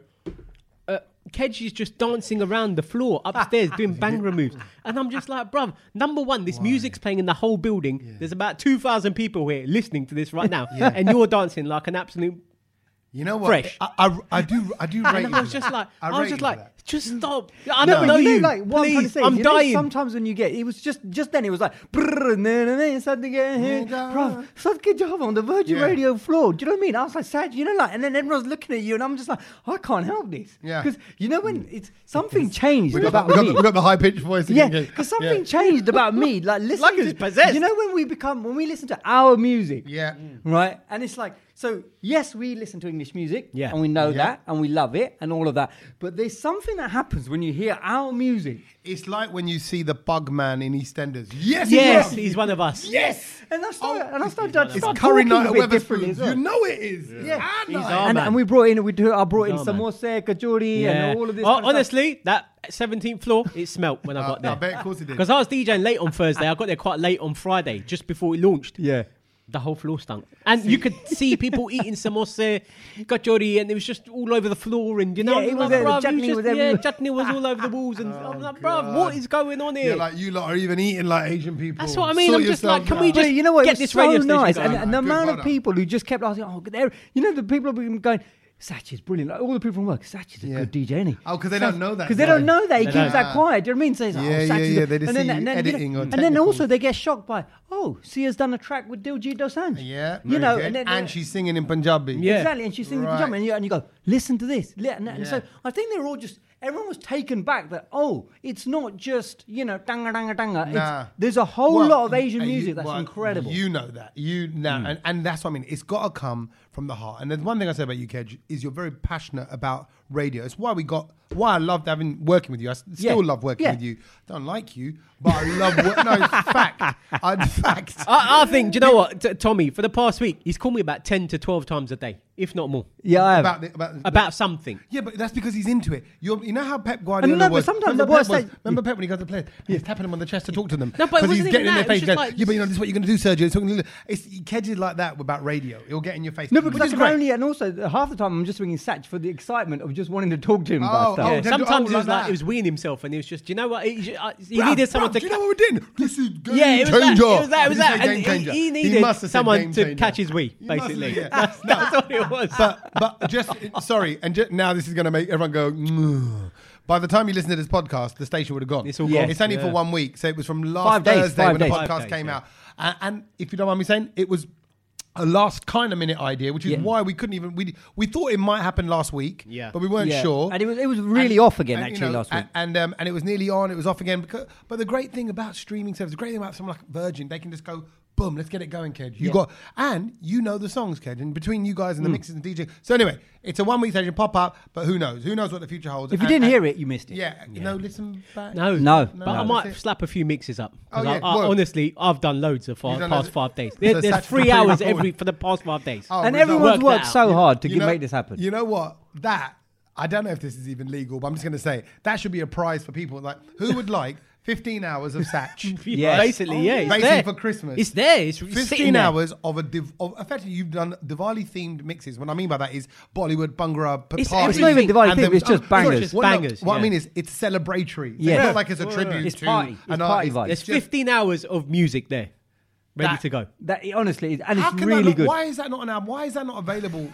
C: Uh, Kedge is just dancing around the floor upstairs doing bangra moves, and I'm just like, bruv, number one, this music's playing in the whole building. There's about two thousand people here listening to this right now, and you're dancing like an absolute
A: You know what?
C: Fresh.
A: I, I, I do. I do rate.
C: And
A: you
C: I
A: for
C: was just
A: that.
C: like,
A: I
C: I,
A: rate you
C: was just
A: for
C: like,
A: that.
C: just stop. I
A: No,
C: don't know
A: but
B: you
C: you.
B: like what I'm, trying to
C: Please,
B: say,
C: I'm
B: you know,
C: dying.
B: sometimes when you get, it was just just then it was like brrr, nah, nah, nah, something uh,
A: Yeah,
B: here,
A: yeah.
B: bruv, such good job on the Virgin
A: Yeah.
B: Radio floor. Do you know what I mean? I was like sad, you know, like, and then everyone's looking at you, and I'm just like, "Oh, I can't help this,
A: Yeah. Mm.
B: because you know when it's something changed
A: we got,
B: about
A: the, we, got
B: me.
A: the, we got the high pitched voice.
B: Yeah,
A: again.
B: because something changed about me. Like listening
C: Like it was
B: to
C: possessed.
B: You know when we become when we listen to our music,
A: Yeah.
B: Mm. right? And it's like so. Yes, we listen to English music,
C: Yeah.
B: and we know
A: Yeah.
B: that, and we love it, and all of that. But there's something that happens when you hear our music.
A: It's like when you see the bug man in EastEnders. Yes,
C: Yes,
A: yes,
C: he's one of us.
A: yes.
B: And I started,
A: Oh,
B: and I started to
A: It's
B: start
A: curry
B: talking
A: night
B: a
A: at
B: bit differently
A: Weatherspoons.
B: as well.
A: You know it is.
B: Yeah.
A: Ah,
C: He's
A: nice.
C: our
B: and,
C: man.
B: and we brought in, we do, I brought in
C: Bizarre,
B: some
C: man.
B: more kajori and all of this.
C: Oh,
B: kind of stuff.
C: honestly, that 17th floor, it smelt when I
A: Uh,
C: got
A: I
C: there.
A: bet, of course it did.
C: Because I was DJing late on Thursday. I got there quite late on Friday, just before it launched.
B: yeah.
C: The whole floor stunk. And you could see people eating samosa, kachori, and it was just all over the floor. And you know,
B: Yeah, it
C: I'm
B: was
C: like,
B: there, the
C: bruv, you
B: chutney
C: just-
B: was
C: Yeah,
B: everywhere.
C: chutney was all over the walls. And I'm like, bruv,
A: God.
C: what is going on here?
A: Yeah, like you lot are even eating like Asian people.
C: That's what I mean.
A: Sort
C: I'm just
A: yourself
C: like, can
A: out.
C: we
B: But
C: just
B: you know what?
C: get
B: it was
C: this
B: so
C: radio station
B: nice,
C: going.
B: and, and the
A: Good,
B: amount
A: well
B: of
A: done.
B: people who just kept asking, "Oh, there!" You know, the people have been going. Satch is brilliant. Like, all the people from work. Satch is a
A: Yeah.
B: good DJ, isn't he?
A: Oh, 'cause they don't know that,
B: Because they
A: do
B: don't
A: they?
B: know that he
C: They
B: keeps
C: don't.
B: that quiet. Do you know what I mean? So it's like,
A: Yeah,
B: oh,
A: yeah,
B: Satch is
A: yeah,
B: a-
A: they just see
B: and then,
A: you
B: and then, you know-
A: editing or
B: and then also
A: technicals.
B: they get shocked by, oh, Sia's done a track with Diljit Dosanjh.
A: Yeah,
B: you know, and,
A: and,
B: then,
A: and she's singing in Punjabi.
C: Yeah.
B: Exactly, and she sings
A: Right.
B: the pajama, and you, and you go, listen to this. li- And, and so
A: Yeah.
B: I think they were all just, everyone was taken back that, oh, it's not just, you know, danga, danga, danga. It's-
A: Nah.
B: There's a whole
A: Well,
B: lot of Asian
A: and you-
B: music that's
A: well,
B: incredible. Mm.
A: You know that. You know, and, and that's what I mean. It's got to come from the heart. And there's one thing I say about you, Kedge, is you're very passionate about radio. It's why we got, why I loved having working with you. I s- still
B: Yeah.
A: love working
B: Yeah.
A: with you. Don't like you, but I love. Wor- no, it's fact. I fact.
C: I, I think, do you know what, T- Tommy? For the past week, he's called me about 10 to 12 times a day, if not more,
B: yeah, I have.
A: about the, about, the-
C: about something.
A: Yeah, but that's because he's into it. You're, you know how Pep Guardiola
B: no, but
A: was.
B: sometimes
A: remember
B: the worst
A: Pep
B: thing-
A: Remember Pep when he got the players, he's tapping them on the chest to talk to them.
C: No, but
A: 'Cause
C: it
A: he's
C: wasn't even
A: getting in
C: that,
A: their face.
C: it was
A: going,
C: just like-
A: yeah, but you know this is what you're going to do, Sergio. It's talking. It's Kedge is like that about radio. It'll get in your face.
B: no, because
A: which
B: I
A: is
B: can
A: great.
B: only, and also uh, half the time I'm just ringing Satch for the excitement of just wanting to talk to him about
A: Oh,
B: stuff.
A: oh,
C: Yeah,
A: then do-
C: sometimes
A: oh,
C: he
A: like
C: was like,
A: that.
C: he was weeing himself, and he was just, you know what? He, he- I- he
A: Bruv,
C: needed someone
A: bruv,
C: to.
A: Do you
C: ca-
A: know what we did? This is game
C: yeah, it was that. It
A: changer.
C: was that. It was
A: Did he
C: that.
A: say
C: And
A: game
C: he,
A: changer?
C: he
A: He
C: needed
A: must have said
C: someone
A: game
C: to
A: changer.
C: catch his wee,
A: He must have-
C: basically.
A: yeah.
C: That's,
A: No.
C: that's what it was.
A: but but just sorry, and ju- now this is going to make everyone go. "Mm." By the time you listen to this podcast, the station would have gone.
C: It's all
B: Yeah.
C: gone.
A: It's only for
C: Yeah.
A: one week, so it was from last
B: Five days,
A: Thursday
B: five
A: when
B: days.
A: the podcast
C: Five days,
A: came
C: yeah.
A: out, and, and if you don't mind me saying, it was a last kind of minute idea, which is
B: Yeah.
A: why we couldn't even we we thought it might happen last week,
C: Yeah.
A: but we weren't
B: Yeah.
A: sure.
B: And it was, it was really off again,
A: And, you
B: actually,
A: know,
B: last week.
A: a- And um, and it was nearly on, it was off again. Because, but the great thing about streaming service, the great thing about someone like Virgin, they can just go, boom, let's get it going, Ked. You
B: Yeah. Mm.
A: got and you know the songs, Ked, and between you guys and the mixes and DJ. So anyway, it's a one week session pop up, but who knows? Who knows what the future holds?
B: if you
A: And-
B: didn't
A: and-
B: hear it, you missed it.
A: yeah, no, listen back.
C: No,
B: No,
C: But
B: no,
C: I
A: that's
C: might
A: it.
C: slap a few mixes up. 'Cause
A: Oh,
C: I-
A: yeah,
C: I-
A: well-
C: honestly, I've done loads the
A: You've
C: fa-
A: done
C: past
A: loads.
C: five days.
A: So
C: There, there's
A: that's
C: three
A: pretty
C: hours
A: cool.
C: every for the past five days.
A: Oh,
B: And
A: we've done-
B: everyone's
C: Work that
B: worked
C: out.
B: so hard to
A: You
B: g-
A: know-
B: make this happen.
A: You know what? That I don't know if this is even legal, but I'm just going to say it. that should be a prize for people. Like, who would like 15 hours of Satch?
B: Yes.
C: basically, yeah, it's
A: Basically
C: there.
A: for Christmas.
C: It's there. It's
A: 15
C: sitting there.
A: hours of a div- of effectively you've done Diwali themed mixes. What I mean by that is Bollywood, Bhangra, p-
C: It's
A: parties.
C: It's not even
B: Diwali
A: And
B: themed,
A: there
B: it's
A: was-
B: just
A: sorry,
B: bangers.
C: It's
A: what, no,
C: bangers,
A: what I
C: yeah.
A: mean is it's celebratory. So It's
B: Yeah.
A: not like it's a tribute
B: It's
A: to
B: party-
A: an
B: it's party
A: artist.
B: vibes.
A: It's
C: There's
A: just-
C: 15 hours of music there, ready
A: That-
C: to go.
B: That it- honestly, is- and
A: How
B: it's
A: can that
B: really
A: not-
B: good.
A: Why is that not an album? Why is that not available?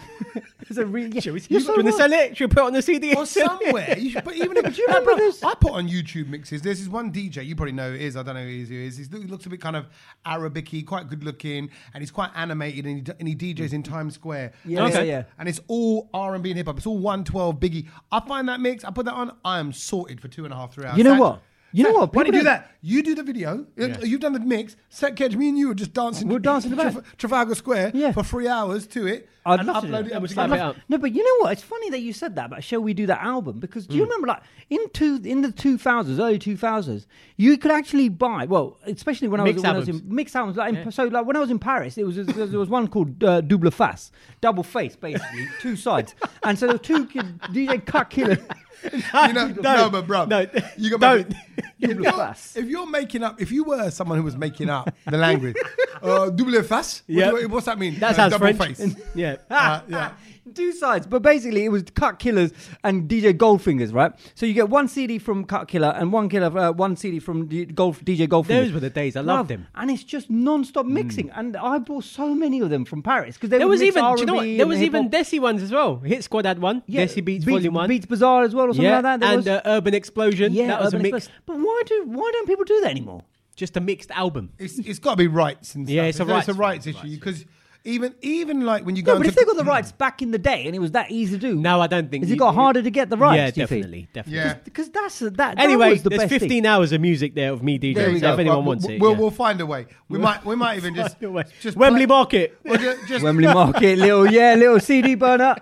B: It's a really. Yeah,
C: Should we,
B: you're
C: you
B: so
C: want to
B: right.
C: sell it? Should we put it on the CD?
A: or somewhere. You should, but even if
B: you remember
A: No, no,
B: this?
A: I put on YouTube mixes. There's this one DJ you probably know who it is. I don't know who he is. Who he is. He's- He looks a bit kind of Arabic-y, quite good looking, and he's quite animated. And he, d- and he DJs in Times Square.
B: Yeah,
A: and
B: yeah,
A: it's-
B: yeah.
A: And it's all R and B and hip hop. It's all 112 Biggie. I find that mix. I put that on. I am sorted for two and a half, three hours.
B: You know
A: That-
B: what? You know
A: that-
B: what?
A: Why do you
B: People
A: do that? You do the video. uh, You've done the mix. Set catch. Me and you were just dancing.
B: We're dancing
A: Traf-
B: about.
A: Trafalgar Square
B: Yeah.
A: for three hours to it.
B: I'd
A: and
B: love to do
A: upload
B: that.
A: it. up
C: We'd
A: together.
C: love it up.
B: No, but you know what? It's funny that you said that. But shall we do that album? Because do you
A: Hmm.
B: remember, like in two in the two thousands, early two thousands, you could actually buy. Well, especially when I was,
C: Mixed
B: when I was
C: albums.
B: in mixed albums. Like, in- So, like when I was in Paris, it was there was- there was one called uh, Double Face, double face, basically two sides. And so there were two kid, DJ Cut Killer.
A: you know, no, but bro,
C: no,
A: you got
C: don't.
A: If
B: Double
A: you're,
B: face.
A: if you're making up, if you were someone who was making up the language, uh, double face. What
C: Yeah.
A: do- what's that mean?
C: That
A: Uh,
C: sounds
A: double
C: French.
A: face.
C: yeah.
A: Uh, yeah.
B: Two sides, but basically it was Cut Killers and DJ Goldfingers, right? So you get one CD from Cut Killer and one killer, uh, one CD from D- Gold, DJ Goldfingers.
C: Those were the days I loved
B: Bruv,
C: them. Hmm.
B: and it's just non-stop mixing. And I bought so many of them from Paris because
C: There was even, do you know what? There was even Desi ones as well. Hit Squad had one. Desi Beats, Volume One.
B: Beats Bazaar as well, or something
C: yeah,
B: like that. There
C: and
B: was,
C: uh, Urban Explosion.
B: yeah,
C: that was
B: Urban
C: a mix,
B: Express. But why do why don't people do that anymore?
C: just a mixed album.
A: It's, it's got to be rights and stuff.
C: Yeah, it's a
A: it's a rights
C: rights-
A: issue because even even like when you go
B: No, but
A: into-
B: if they got the rights back in the day and it was that easy to do,
C: No, I don't think.
B: has
C: Hmm. you-
B: it got
C: you-
B: harder to get the rights?
C: Yeah,
B: do you think?
C: definitely, definitely.
A: yeah.
B: Because that's that. that
C: Anyway,
B: was the
C: there's
B: best
C: 15
B: thing.
C: hours of music there of me DJing.
A: There we
C: so
A: go.
C: if anyone
A: Well,
C: wants
A: we'll,
C: it,
A: We'll,
C: yeah.
A: we'll find a way. We might we might even just,
C: Anyway,
A: just
C: Wembley
A: play-
C: Market.
A: Well, ju- just-
B: Wembley Market, little yeah, little CD burner.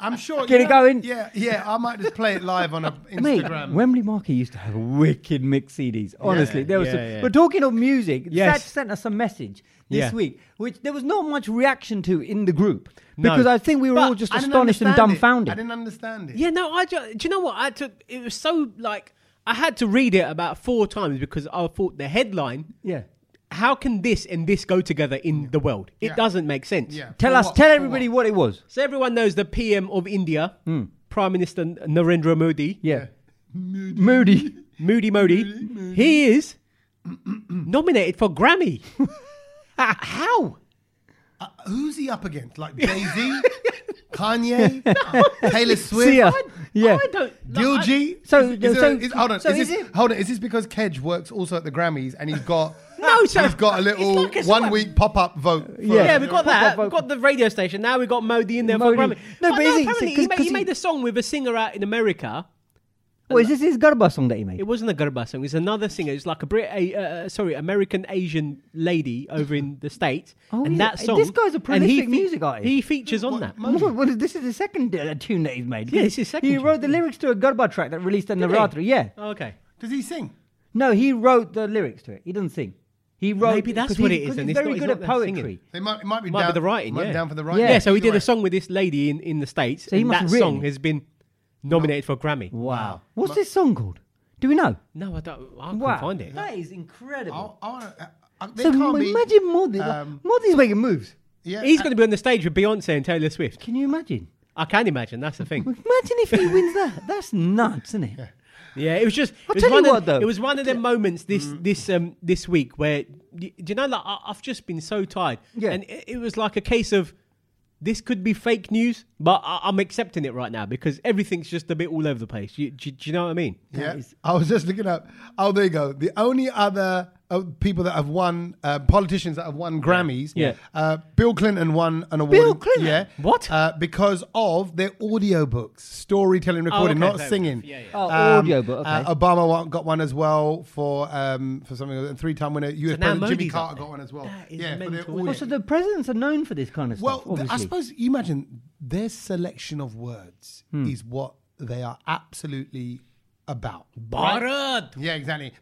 A: I'm sure. you
B: Get it
A: know-
B: going.
A: Yeah, yeah. I might just play it live on a
B: Mate,
A: Instagram.
B: Wembley Market used to have wicked mix CDs. Honestly, there was.
C: yeah,
B: some,
C: yeah.
B: But talking of music,
C: Yes.
B: Sat sent us a message this
C: Yeah.
B: week, which there was not much reaction to in the group
C: No.
B: because I think we were all just
A: I didn't
B: astonished and
A: understand it. I
B: dumbfounded.
A: didn't understand it.
C: Yeah, no, I ju- do you know what I took? It was so like I had to read it about four times because I thought the headline.
B: Yeah.
C: How can this and this go together in the world? It
A: Yeah.
C: doesn't make sense.
A: Yeah.
B: Tell
A: For
B: us,
A: what?
B: tell
A: For
B: everybody what? it was.
C: So everyone knows the PM of India,
B: Hmm.
C: Prime Minister Narendra Modi.
B: Yeah.
A: Moody.
B: Moody.
C: Moody Modi. He is nominated for Grammy. Ah, How?
A: Uh, who's he up against? Like Jay Z, Kanye, Taylor Swift.
B: See ya. Yeah.
C: I don't. like, I-
A: Dilgy.
B: So-
A: Is- is
B: so-
A: there- is- hold on.
B: so
A: is
B: is
A: this,
B: it-
A: Hold on. Is this because Kedge works also at the Grammys and he's got
C: No, so
A: he's got a little
C: it's like it's
A: one
C: like-
A: week pop up vote? For,
B: Yeah.
C: Yeah, we've got
B: Pop up
C: that.
B: vocal.
C: We've got the radio station. Now we've got Modi in there
B: Modi.
C: for Grammy.
B: No, but is it-
C: apparently
B: cause-
C: he, made,
B: cause
C: he
B: he-
C: made a song with a singer out in America.
B: Well, is this his Garba song that he made?
C: It wasn't a Garba song. It was another singer. It's like a Brit, a, uh, sorry, American Asian lady over in the States.
B: Oh,
C: and
B: he's-
C: that song.
B: this guy's a
C: and he
B: prolific music artist.
C: He features on that.
B: Well, well, this is the second uh, tune that he's made.
C: Yeah, this is second
B: He
C: tune.
B: wrote the lyrics to a Garba track that released in
C: Did he?
B: Navratri. Yeah.
C: Okay.
A: Does he sing?
B: No, he wrote the lyrics to it. He doesn't sing. He wrote.
C: Maybe that's
B: 'cause
C: what
B: he-
C: it is,
B: 'cause
C: and
B: He's
C: it's
B: very
C: not-
B: good
C: it's
B: at
C: not them singing.
B: poetry.
A: They might, it might be
C: Might
A: down
C: be the writing.
A: might be
C: yeah.
A: down for the writing.
B: Yeah.
C: Yeah, so he
A: Either
C: did
A: way.
C: a song with this lady in, in the States.
B: So he
C: and
B: must
C: that
B: have written
C: song
B: it.
C: has been nominated for a Grammy.
B: Wow. What's this song called? Do we know?
C: No, I don't. I can't
B: Wow.
C: find it.
B: That is incredible.
A: I, I wanna, uh, uh,
C: Oh,
A: they
B: So
A: can't
B: m-
A: be,
B: imagine Modi.
A: um,
B: Modi's making moves.
A: Yeah,
C: He's
A: uh,
C: going to be on the stage with Beyonce and Taylor Swift.
B: Can you imagine?
C: I can imagine. That's the thing.
B: Imagine if he wins that. That's nuts, isn't it?
C: Yeah, it was just.
B: I'll
C: It was,
B: tell you
C: one
B: what,
C: of,
B: though.
C: it was one of them moments this
A: Mm.
C: this um this week where y- do you know like I, I've just been so tired.
B: Yeah.
C: and it, it was like a case of this could be fake news, but I, I'm accepting it right now because everything's just a bit all over the place. You, do, do you know what I mean?
A: Yeah, I was just looking up. Oh, there you go. The only other uh, people that have won, uh, politicians that have won Grammys,
C: Yeah.
A: Uh, Bill Clinton won an award.
B: Bill Clinton?
A: Yeah.
C: What?
A: Uh, because of their audiobooks, storytelling, recording,
C: Oh, okay,
A: not
C: fair
A: singing.
C: enough. Yeah, yeah.
B: Oh, audiobook, okay.
A: uh, Obama wa- got one as well for um, for something, a three time winner. US
C: So now
A: President Jimmy
C: Modi's up
A: Carter
C: there.
A: got one as well.
C: That is
A: yeah, for their
C: mental,
A: audio-
B: Well, so the presidents are known for this kind of
A: well,
B: stuff.
A: th-
B: Obviously.
A: I suppose you imagine their selection of words
C: Hmm.
A: is what they are absolutely about.
C: Bharat.
A: Yeah, exactly.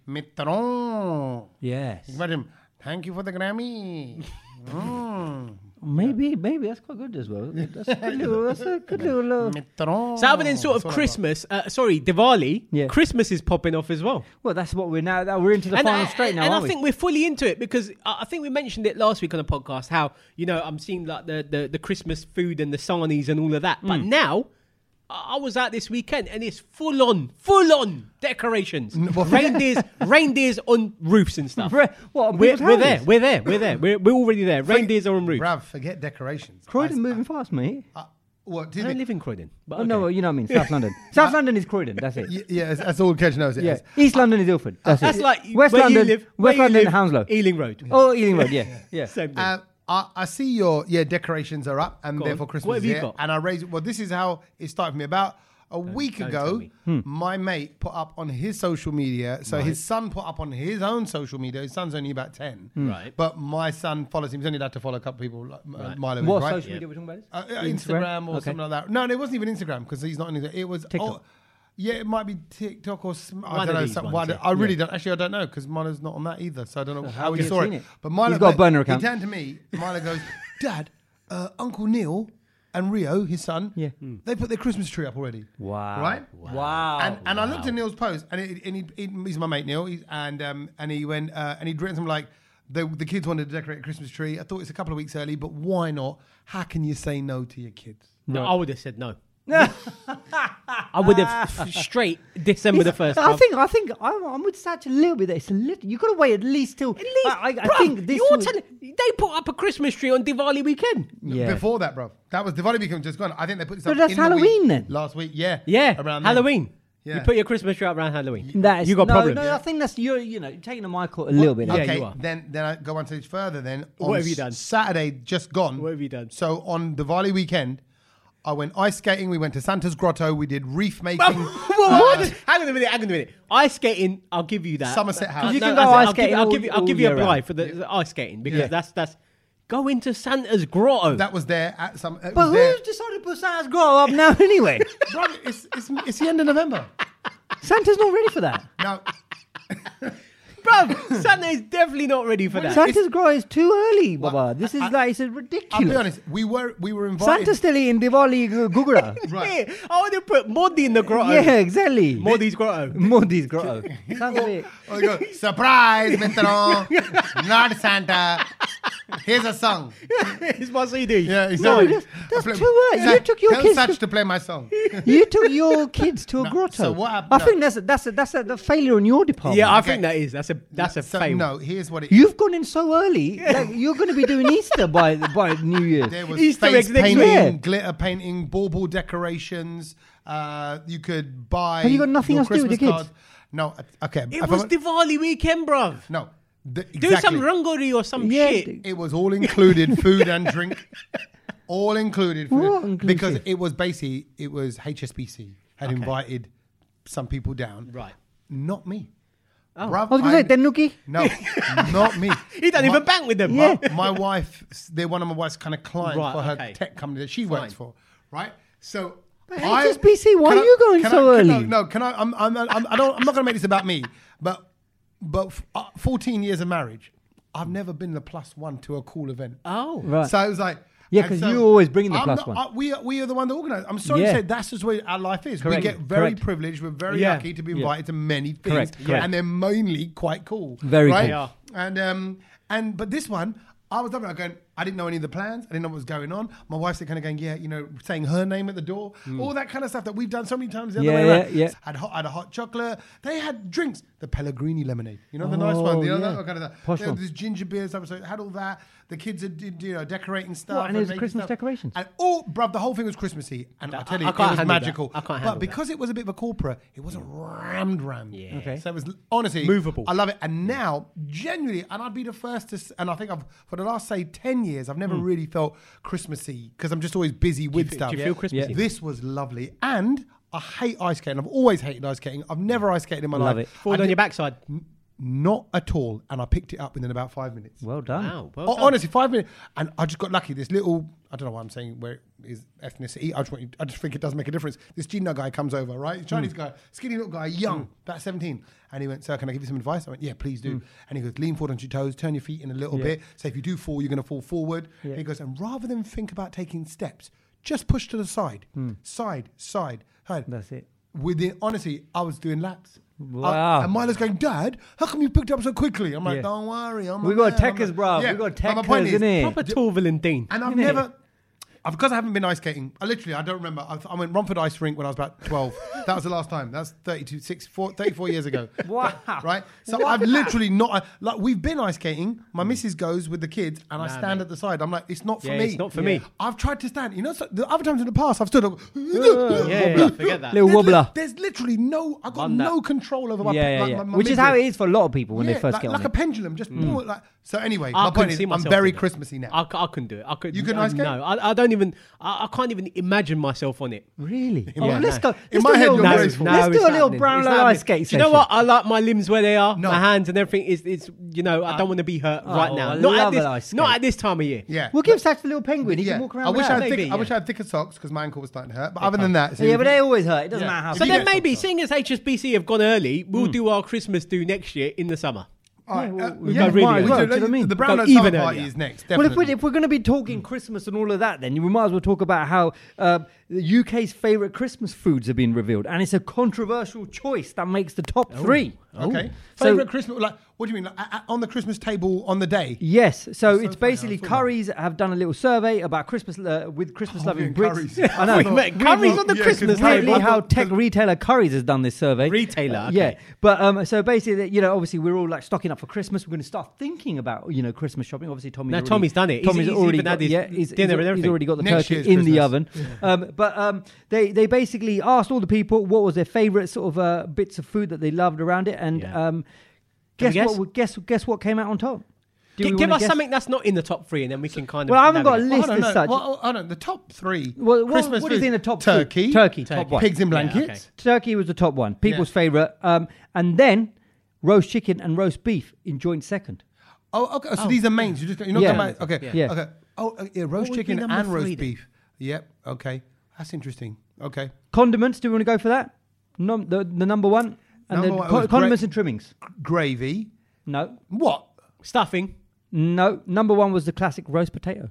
A: Mitron.
B: Yes.
A: Imagine, thank you for the Grammy. Mm.
B: Maybe, maybe that's quite good as well. That's a good little. That's a good little. uh,
A: Mitron.
C: So other than
B: Oh,
C: sort of
A: That's what I got.
C: Christmas, uh, sorry, Diwali,
B: Yeah.
C: Christmas is popping off as well.
B: Well, that's what we're now. That we're into the final
C: I-
B: straight now,
C: and I
B: aren't we?
C: think we're fully into it because I I think we mentioned it last week on the podcast how you know I'm seeing like the the, the Christmas food and the sarnies and all of that.
B: Hmm.
C: But now I I was out this weekend and it's full on, full on decorations, reindeers, reindeers on roofs and stuff.
B: Re- what, on
C: we're,
B: people's
C: we're there,
B: houses?
C: we're there, we're there, we're, we're already there. Reindeers are on roofs.
A: Bruv, forget decorations.
B: Croydon
A: I-
B: moving fast, mate.
A: I- what, do
C: I
A: you
C: don't
A: think?
C: live in Croydon, but
B: Oh, no, well,
C: okay.
B: you know what I mean. South London. South London is Croydon. That's it.
A: Y- yeah, that's- that's all Kedge knows it
B: Yeah.
A: is.
B: East London is Ilford. That's,
C: that's
B: it.
C: like
B: West
C: where
B: London.
C: you live, where
B: West
C: you
B: London,
C: live,
B: Hounslow.
C: Ealing Road.
B: Oh, Ealing Road. Yeah, yeah.
C: Same thing.
A: Uh, I, I see your yeah decorations are up and
C: Go on.
A: therefore Christmas
C: What have
A: is
C: you
A: here.
C: got?
A: And I raised well. This is how it started for me. About a week
C: don't tell
A: ago,
C: me. Hmm.
A: my mate put up on his social media. So his son put up on his own social media. His son's only about ten,
C: Hmm. Right.
A: But my son follows him. He's only allowed to follow a couple people, like uh, Milo. is,
B: what
A: right?
B: social media are we talking about?
A: Uh, uh,
B: Instagram?
A: Instagram or
B: Okay.
A: something like that. No, it wasn't even Instagram because he's not on Instagram. It was
B: TikTok.
A: Oh, yeah, it might be TikTok or sm- I
C: One
A: don't
C: of
A: know.
C: these
A: Some,
C: ones,
A: one-
C: yeah.
A: I really don't. Actually, I don't know because Milo's not on that either, so I don't know how,
B: have
A: he
B: you
A: saw
B: seen
A: it.
B: it?
A: But Milo,
B: He's got a
A: but
B: burner account.
A: He turned to me. Milo goes, "Dad, uh, Uncle Neil and Rio, his son,
B: Yeah.
A: they put their Christmas tree up already.
B: Wow.
A: right?
B: Wow.
A: And, and I looked at Neil's post, and, it, and he, he- he's my mate Neil, he's, and um, and he went uh, and he'd written something like, the, "The kids wanted to decorate a Christmas tree. I thought it's a couple of weeks early, but why not? How can you say no to your kids?"
C: No,
B: Right.
C: I would have said no. I would have f- straight December the first.
B: I
C: bruv.
B: think I think I'm, I'm with Satch a little bit. That it's a little. You got to wait at least till. At
C: Please,
B: I, I,
C: bruv,
B: I think this.
C: you're
B: was-
C: telling they put up a Christmas tree on Diwali weekend.
B: yeah.
A: Before that, bro, that was Diwali become just gone. I think they put this
B: But
A: up
B: that's
A: in the week-
B: Halloween then.
A: Last week, yeah,
C: Yeah,
A: around then.
C: Halloween.
A: Yeah.
C: You put your Christmas tree up around Halloween.
B: That is,
C: you got
B: no,
C: problems.
B: No, I think that's you're you know taking a Michael a little bit.
C: Yeah,
A: okay,
C: you are.
A: then then I go one stage further. Then on
C: What have you done?
A: Saturday just gone.
C: What have you done?
A: So on Diwali weekend, I went ice skating. We went to Santa's grotto. We did reef making.
C: what? Hang on a minute. Hang on a minute. Ice skating. I'll give you that.
A: Somerset House. 'Cause
B: you can
C: that's
B: go
C: it.
B: ice
C: I'll give-
B: skating
C: I'll
B: all-
C: give you. I'll
B: all
C: give you a
B: year
C: bribe
B: round.
C: for the the ice skating because
A: Yeah.
C: that's that's go into Santa's grotto.
A: That was there at some. it
B: But
A: was there.
B: who's decided to put Santa's grow up now anyway?
A: Bro, it's, it's, it's the end of November.
B: Santa's not ready for that.
A: Now,
C: Bruv, Santa is definitely not ready for that.
B: Santa's grow is too early, Baba. This is
A: I-
B: like it's
A: I'll be
B: ridiculous.
A: honest. We were we were invited.
B: Santa's still eating Diwali gu- gugura.
A: Right.
C: Yeah, I want to put Modi in the grotto.
B: yeah, exactly.
C: Modi's grotto.
B: Modi's grotto. Sounds a bit.
A: Oh, you go, Surprise, Mitro. Not Santa. Here's a song.
C: it's my CD.
A: Yeah,
B: No,
A: exactly.
B: that's-
A: I
B: that's
A: play-
B: too early. You took your
A: Tell
B: kids
A: Satch
B: to-
A: to play my song.
B: You took your kids to a
A: No,
B: grotto.
A: so what hap-
B: I
A: no.
B: think that's a, that's a, that's a, the failure on your department.
C: Yeah, I
A: Okay.
C: think that is. That's a that's a
A: so,
C: fail.
A: No, here's what it is.
B: You've gone in so early. Like, you're going to be doing Easter by by New Year's.
A: There was
C: Easter
A: face
C: eggs next
A: painting,
B: year.
A: glitter painting, bauble decorations. Uh, you could buy.
B: Have you got nothing
A: your
B: else to do with the
A: Christmas
B: kids?
A: cards. No, uh, okay.
C: It
A: if
C: was
A: I'm-
C: Diwali weekend, bruv.
A: no. the-
C: Do
A: exactly.
C: some rangori or some
B: Yeah,
C: shit.
B: d-
A: It was all included, food and drink, all included. Food.
B: All inclusive.
A: Because it was basically it was HSBC had invited some people down.
C: Right.
A: Not me. Bruv,
B: Oh. I was going to say Tenuki.
A: no, not me.
C: He doesn't even bank with them.
B: Yeah.
C: bruv.
A: my wife, they're one of my wife's kind of clients
C: Right,
A: for her
C: okay.
A: tech company that she works for, right? So.
B: HSBC, why
A: can
B: are you going
A: can
B: so
A: I, can I-
B: early?
A: no, can I? I'm, I'm, I'm, I don't, I'm not going to make this about me, but but f- uh, 14 years of marriage, I've never been the plus one to a cool event.
C: Oh.
B: Right.
A: So it was like.
B: Yeah,
A: and
B: 'cause
A: so
B: you always bring the plus one.
A: I- we, are- we are the one that organise. I'm sorry
B: Yeah.
A: to say, that's just where our life is.
B: Correct.
A: We get very
B: Correct.
A: privileged. We're very
C: Yeah.
A: lucky to be
B: Yeah.
A: invited to many things,
B: Correct. Correct.
A: and they're mainly quite cool.
B: Very
A: right?
B: cool.
A: And um and but this one, I was up there going, I didn't know any of the plans. I didn't know what was going on. My wife's kind of going, yeah, you know, saying her name at the door, all that kind of stuff that we've done so many times the other
B: Mm. Yeah,
A: way around.
B: yeah, yeah.
A: Had hot, had a hot chocolate. They had drinks, the Pellegrini lemonade, you know, the nice
B: Oh,
A: one, you know,
B: yeah.
A: that kind of stuff.
B: Posh
A: There
B: one.
A: was ginger beer, stuff. So had all that. The kids are did- you know decorating stuff.
B: What, and it was
A: making
B: Christmas
A: stuff.
B: decorations?
A: And oh, bruv, the whole thing was Christmassy, and I tell you,
C: I
A: it
C: can't
A: was
C: handle that.
A: magical.
C: I can't handle
A: but
C: that.
A: because it was a bit of a corporate, it wasn't rammed rammed. Yeah.
B: Okay.
A: So it was honestly
C: Movable.
A: I love it. And now, genuinely, and I'd be the first to, s- and I think I've for the last say ten years, I've
B: Hmm.
A: never really felt Christmassy because I'm just always busy with
C: fe-
A: stuff.
C: do you feel Christmassy? Yeah.
A: This was lovely, and I hate ice skating. I've always hated ice skating. I've never ice skated in my
B: Love
A: life.
B: it.
C: Fall
A: I
C: on
A: did-
C: your backside.
A: Not at all. And I picked it up within about five minutes.
B: Well done.
C: Wow. Well
A: Oh,
C: done.
A: honestly, five minutes, and I just got lucky. This little, I don't know why I'm saying where it is ethnicity. I just want you, I just think it does make a difference. This Gino guy comes over, right? He's a Chinese guy, skinny little guy, young, about 17, and he went, "Sir, can I give you some advice?" I went, "Yeah, please do." And he goes, "Lean forward onto your toes, turn your feet in a little bit. So if you do fall, you're going to fall forward." And he goes, "And rather than think about taking steps, just push to the side, side, side, side."
B: That's it.
A: Within honestly, I was doing laps. I-
B: Wow.
A: and Milo's going, Dad, how come you picked up so quickly? I'm like,
B: Yeah.
A: Don't worry, I'm
B: We
A: a
B: got
A: man, I'm
B: techers,
A: a-"
B: bruv.
A: Yeah,
B: We got
A: but my point
B: techers,
A: is-
B: innit?
C: Proper Torval and Dean.
A: and I've
B: Isn't it?
A: never, I've- because I haven't been ice skating. I literally, I don't remember. I, I went Romford Ice Rink when I was about twelve. that was the last time. That's 32, six, four, 34 years ago.
B: Wow.
A: Right. So I've literally not like we've been ice skating. My missus goes with the kids, and I stand at the side. I'm like, it's not for
C: Mm. Yeah,
A: me.
C: it's not for me.
A: I've tried to stand. You know, so the other times in the past, I've stood up.
C: yeah, yeah, forget that.
A: There's
B: Little
A: li-
B: wobbler.
A: There's literally no. I've got
C: Run that.
A: no control over my.
B: yeah, yeah,
A: like,
B: yeah.
A: my- my
B: Which is how
A: midriff.
B: it is for a lot of people when
A: Yeah,
B: they first
A: like,
B: get on
A: like
B: it.
A: a pendulum, just like so. Anyway,
C: Mm. I
A: my
C: couldn't
A: point is,
C: see
A: I'm
C: myself
A: very
C: doing it.
A: Christmassy now.
C: I, c- I couldn't do it. I could.
A: You couldn't
C: uh,
A: ice skate?
C: No, I, I don't even. I, I can't even imagine myself on it.
B: Really?
C: Yeah,
B: Oh,
C: no.
B: let's go.
C: In
B: let's
A: my
B: do a
A: head,
B: little-
A: you're
B: let's-
A: graceful.
B: Let's
C: no,
B: do
C: it's
B: a little
C: happening.
B: brown
C: It's
B: little
C: happening.
B: ice skate
C: Do you know what? I like my limbs where they are.
A: No.
C: My hands and everything is. It's you know. I don't want to be hurt right now.
B: I
C: not
B: love
C: at this.
B: an ice skate.
C: not at this time of year.
A: yeah,
B: We'll give Satch the little penguin. He
A: Yeah.
B: can walk around.
A: I wish
B: with
A: I had
B: that.
A: thick,
C: Maybe,
A: I wish
C: yeah.
A: I had thicker socks because my ankle was starting to hurt. But other than that, it's
B: Yeah, but
A: easy.
B: they always hurt. It doesn't
A: Yeah.
B: matter how.
A: So
C: So
B: big
A: Yeah.
C: then maybe, seeing as HSBC have gone early,
A: Hmm.
C: we'll do our Christmas do next year in the summer.
A: All right,
B: Yeah,
A: uh,
B: we've
A: yeah,
C: Oh, got really
A: we
C: early.
A: should-
B: Well, do you know what I mean?
A: The brown
C: Go
A: note summer
C: even
A: party
C: earlier.
A: is next.
B: Well, if
A: Definitely. Mm.
B: we're, if we're going to be talking Christmas and all of that, then we might as well talk about how uh, the UK's favourite Christmas foods have been revealed, and it's a controversial choice that makes the top three.
A: Oh, Okay.
B: So-
A: Favorite Christmas? Like, what do you mean? Like, a- a- on the Christmas table on the day?
B: Yes, so, it's
A: funny,
B: basically
A: I saw that.
B: curries have done a little survey about Christmas uh, with Christmas loving
A: yeah,
B: Brits.
A: curries.
B: I know.
A: We met curries
C: on
A: Yeah,
C: the
A: 'cause
C: Christmas
A: curry-
B: weirdly
C: table.
A: I
B: how
A: thought-
B: tech retailer Curry's has done this survey. Uh,
C: Retailer, okay.
B: yeah. But um, so basically, you know, obviously we're all like stocking up for Christmas. We're going to start thinking about you know Christmas shopping. Obviously, Tommy.
C: No,
B: already-
C: Tommy's done it. He's-
B: Tommy's
C: he's
B: already
C: even
B: got,
C: had his
B: yeah, he's,
C: dinner
B: he's-
C: and everything.
B: He's already got the
A: Next
B: turkey in
A: year's
B: the
A: Christmas.
B: oven. Um, but um, they they basically asked all the people what was their favorite sort of uh, bits of food that they loved around it, and
C: Yeah.
B: um,
C: Can
B: guess,
C: we guess?
B: what guess guess what came out on top. Do
C: Gi-
B: we
C: give
B: wanna
C: us
B: guess?
C: something that's not in the top three, and then we can kind of.
B: Well, I haven't got a
C: navigate.
A: Well,
B: list
A: I don't
B: as
A: know.
B: such.
A: Well, I don't. The top three.
B: Well, what-
A: Christmas
B: what do you
A: food.
B: think the top three?
A: turkey,
B: Turkey, top one.
A: pigs in
C: Yeah,
A: blankets.
C: okay.
B: Turkey was the top one, people's
A: Yeah.
B: favorite, um, and then roast chicken and roast beef in joint second.
A: Oh, okay. So these are mains. You just you're not
B: Yeah.
A: talking about okay,
B: Yeah.
A: okay. Oh, uh, yeah,
C: What
A: roast
C: would be
A: chicken
C: number
A: and roast
C: three then?
A: beef. Yep. Okay, that's interesting. Okay,
B: Condiments. Do we want to go for that? Num- the, the number one, and
A: Number
B: then
A: one
B: co-
A: was
B: condiments
A: gra-
B: and trimmings.
A: gravy.
B: No,
A: What?
C: Stuffing.
B: no. Number one was the classic roast potato,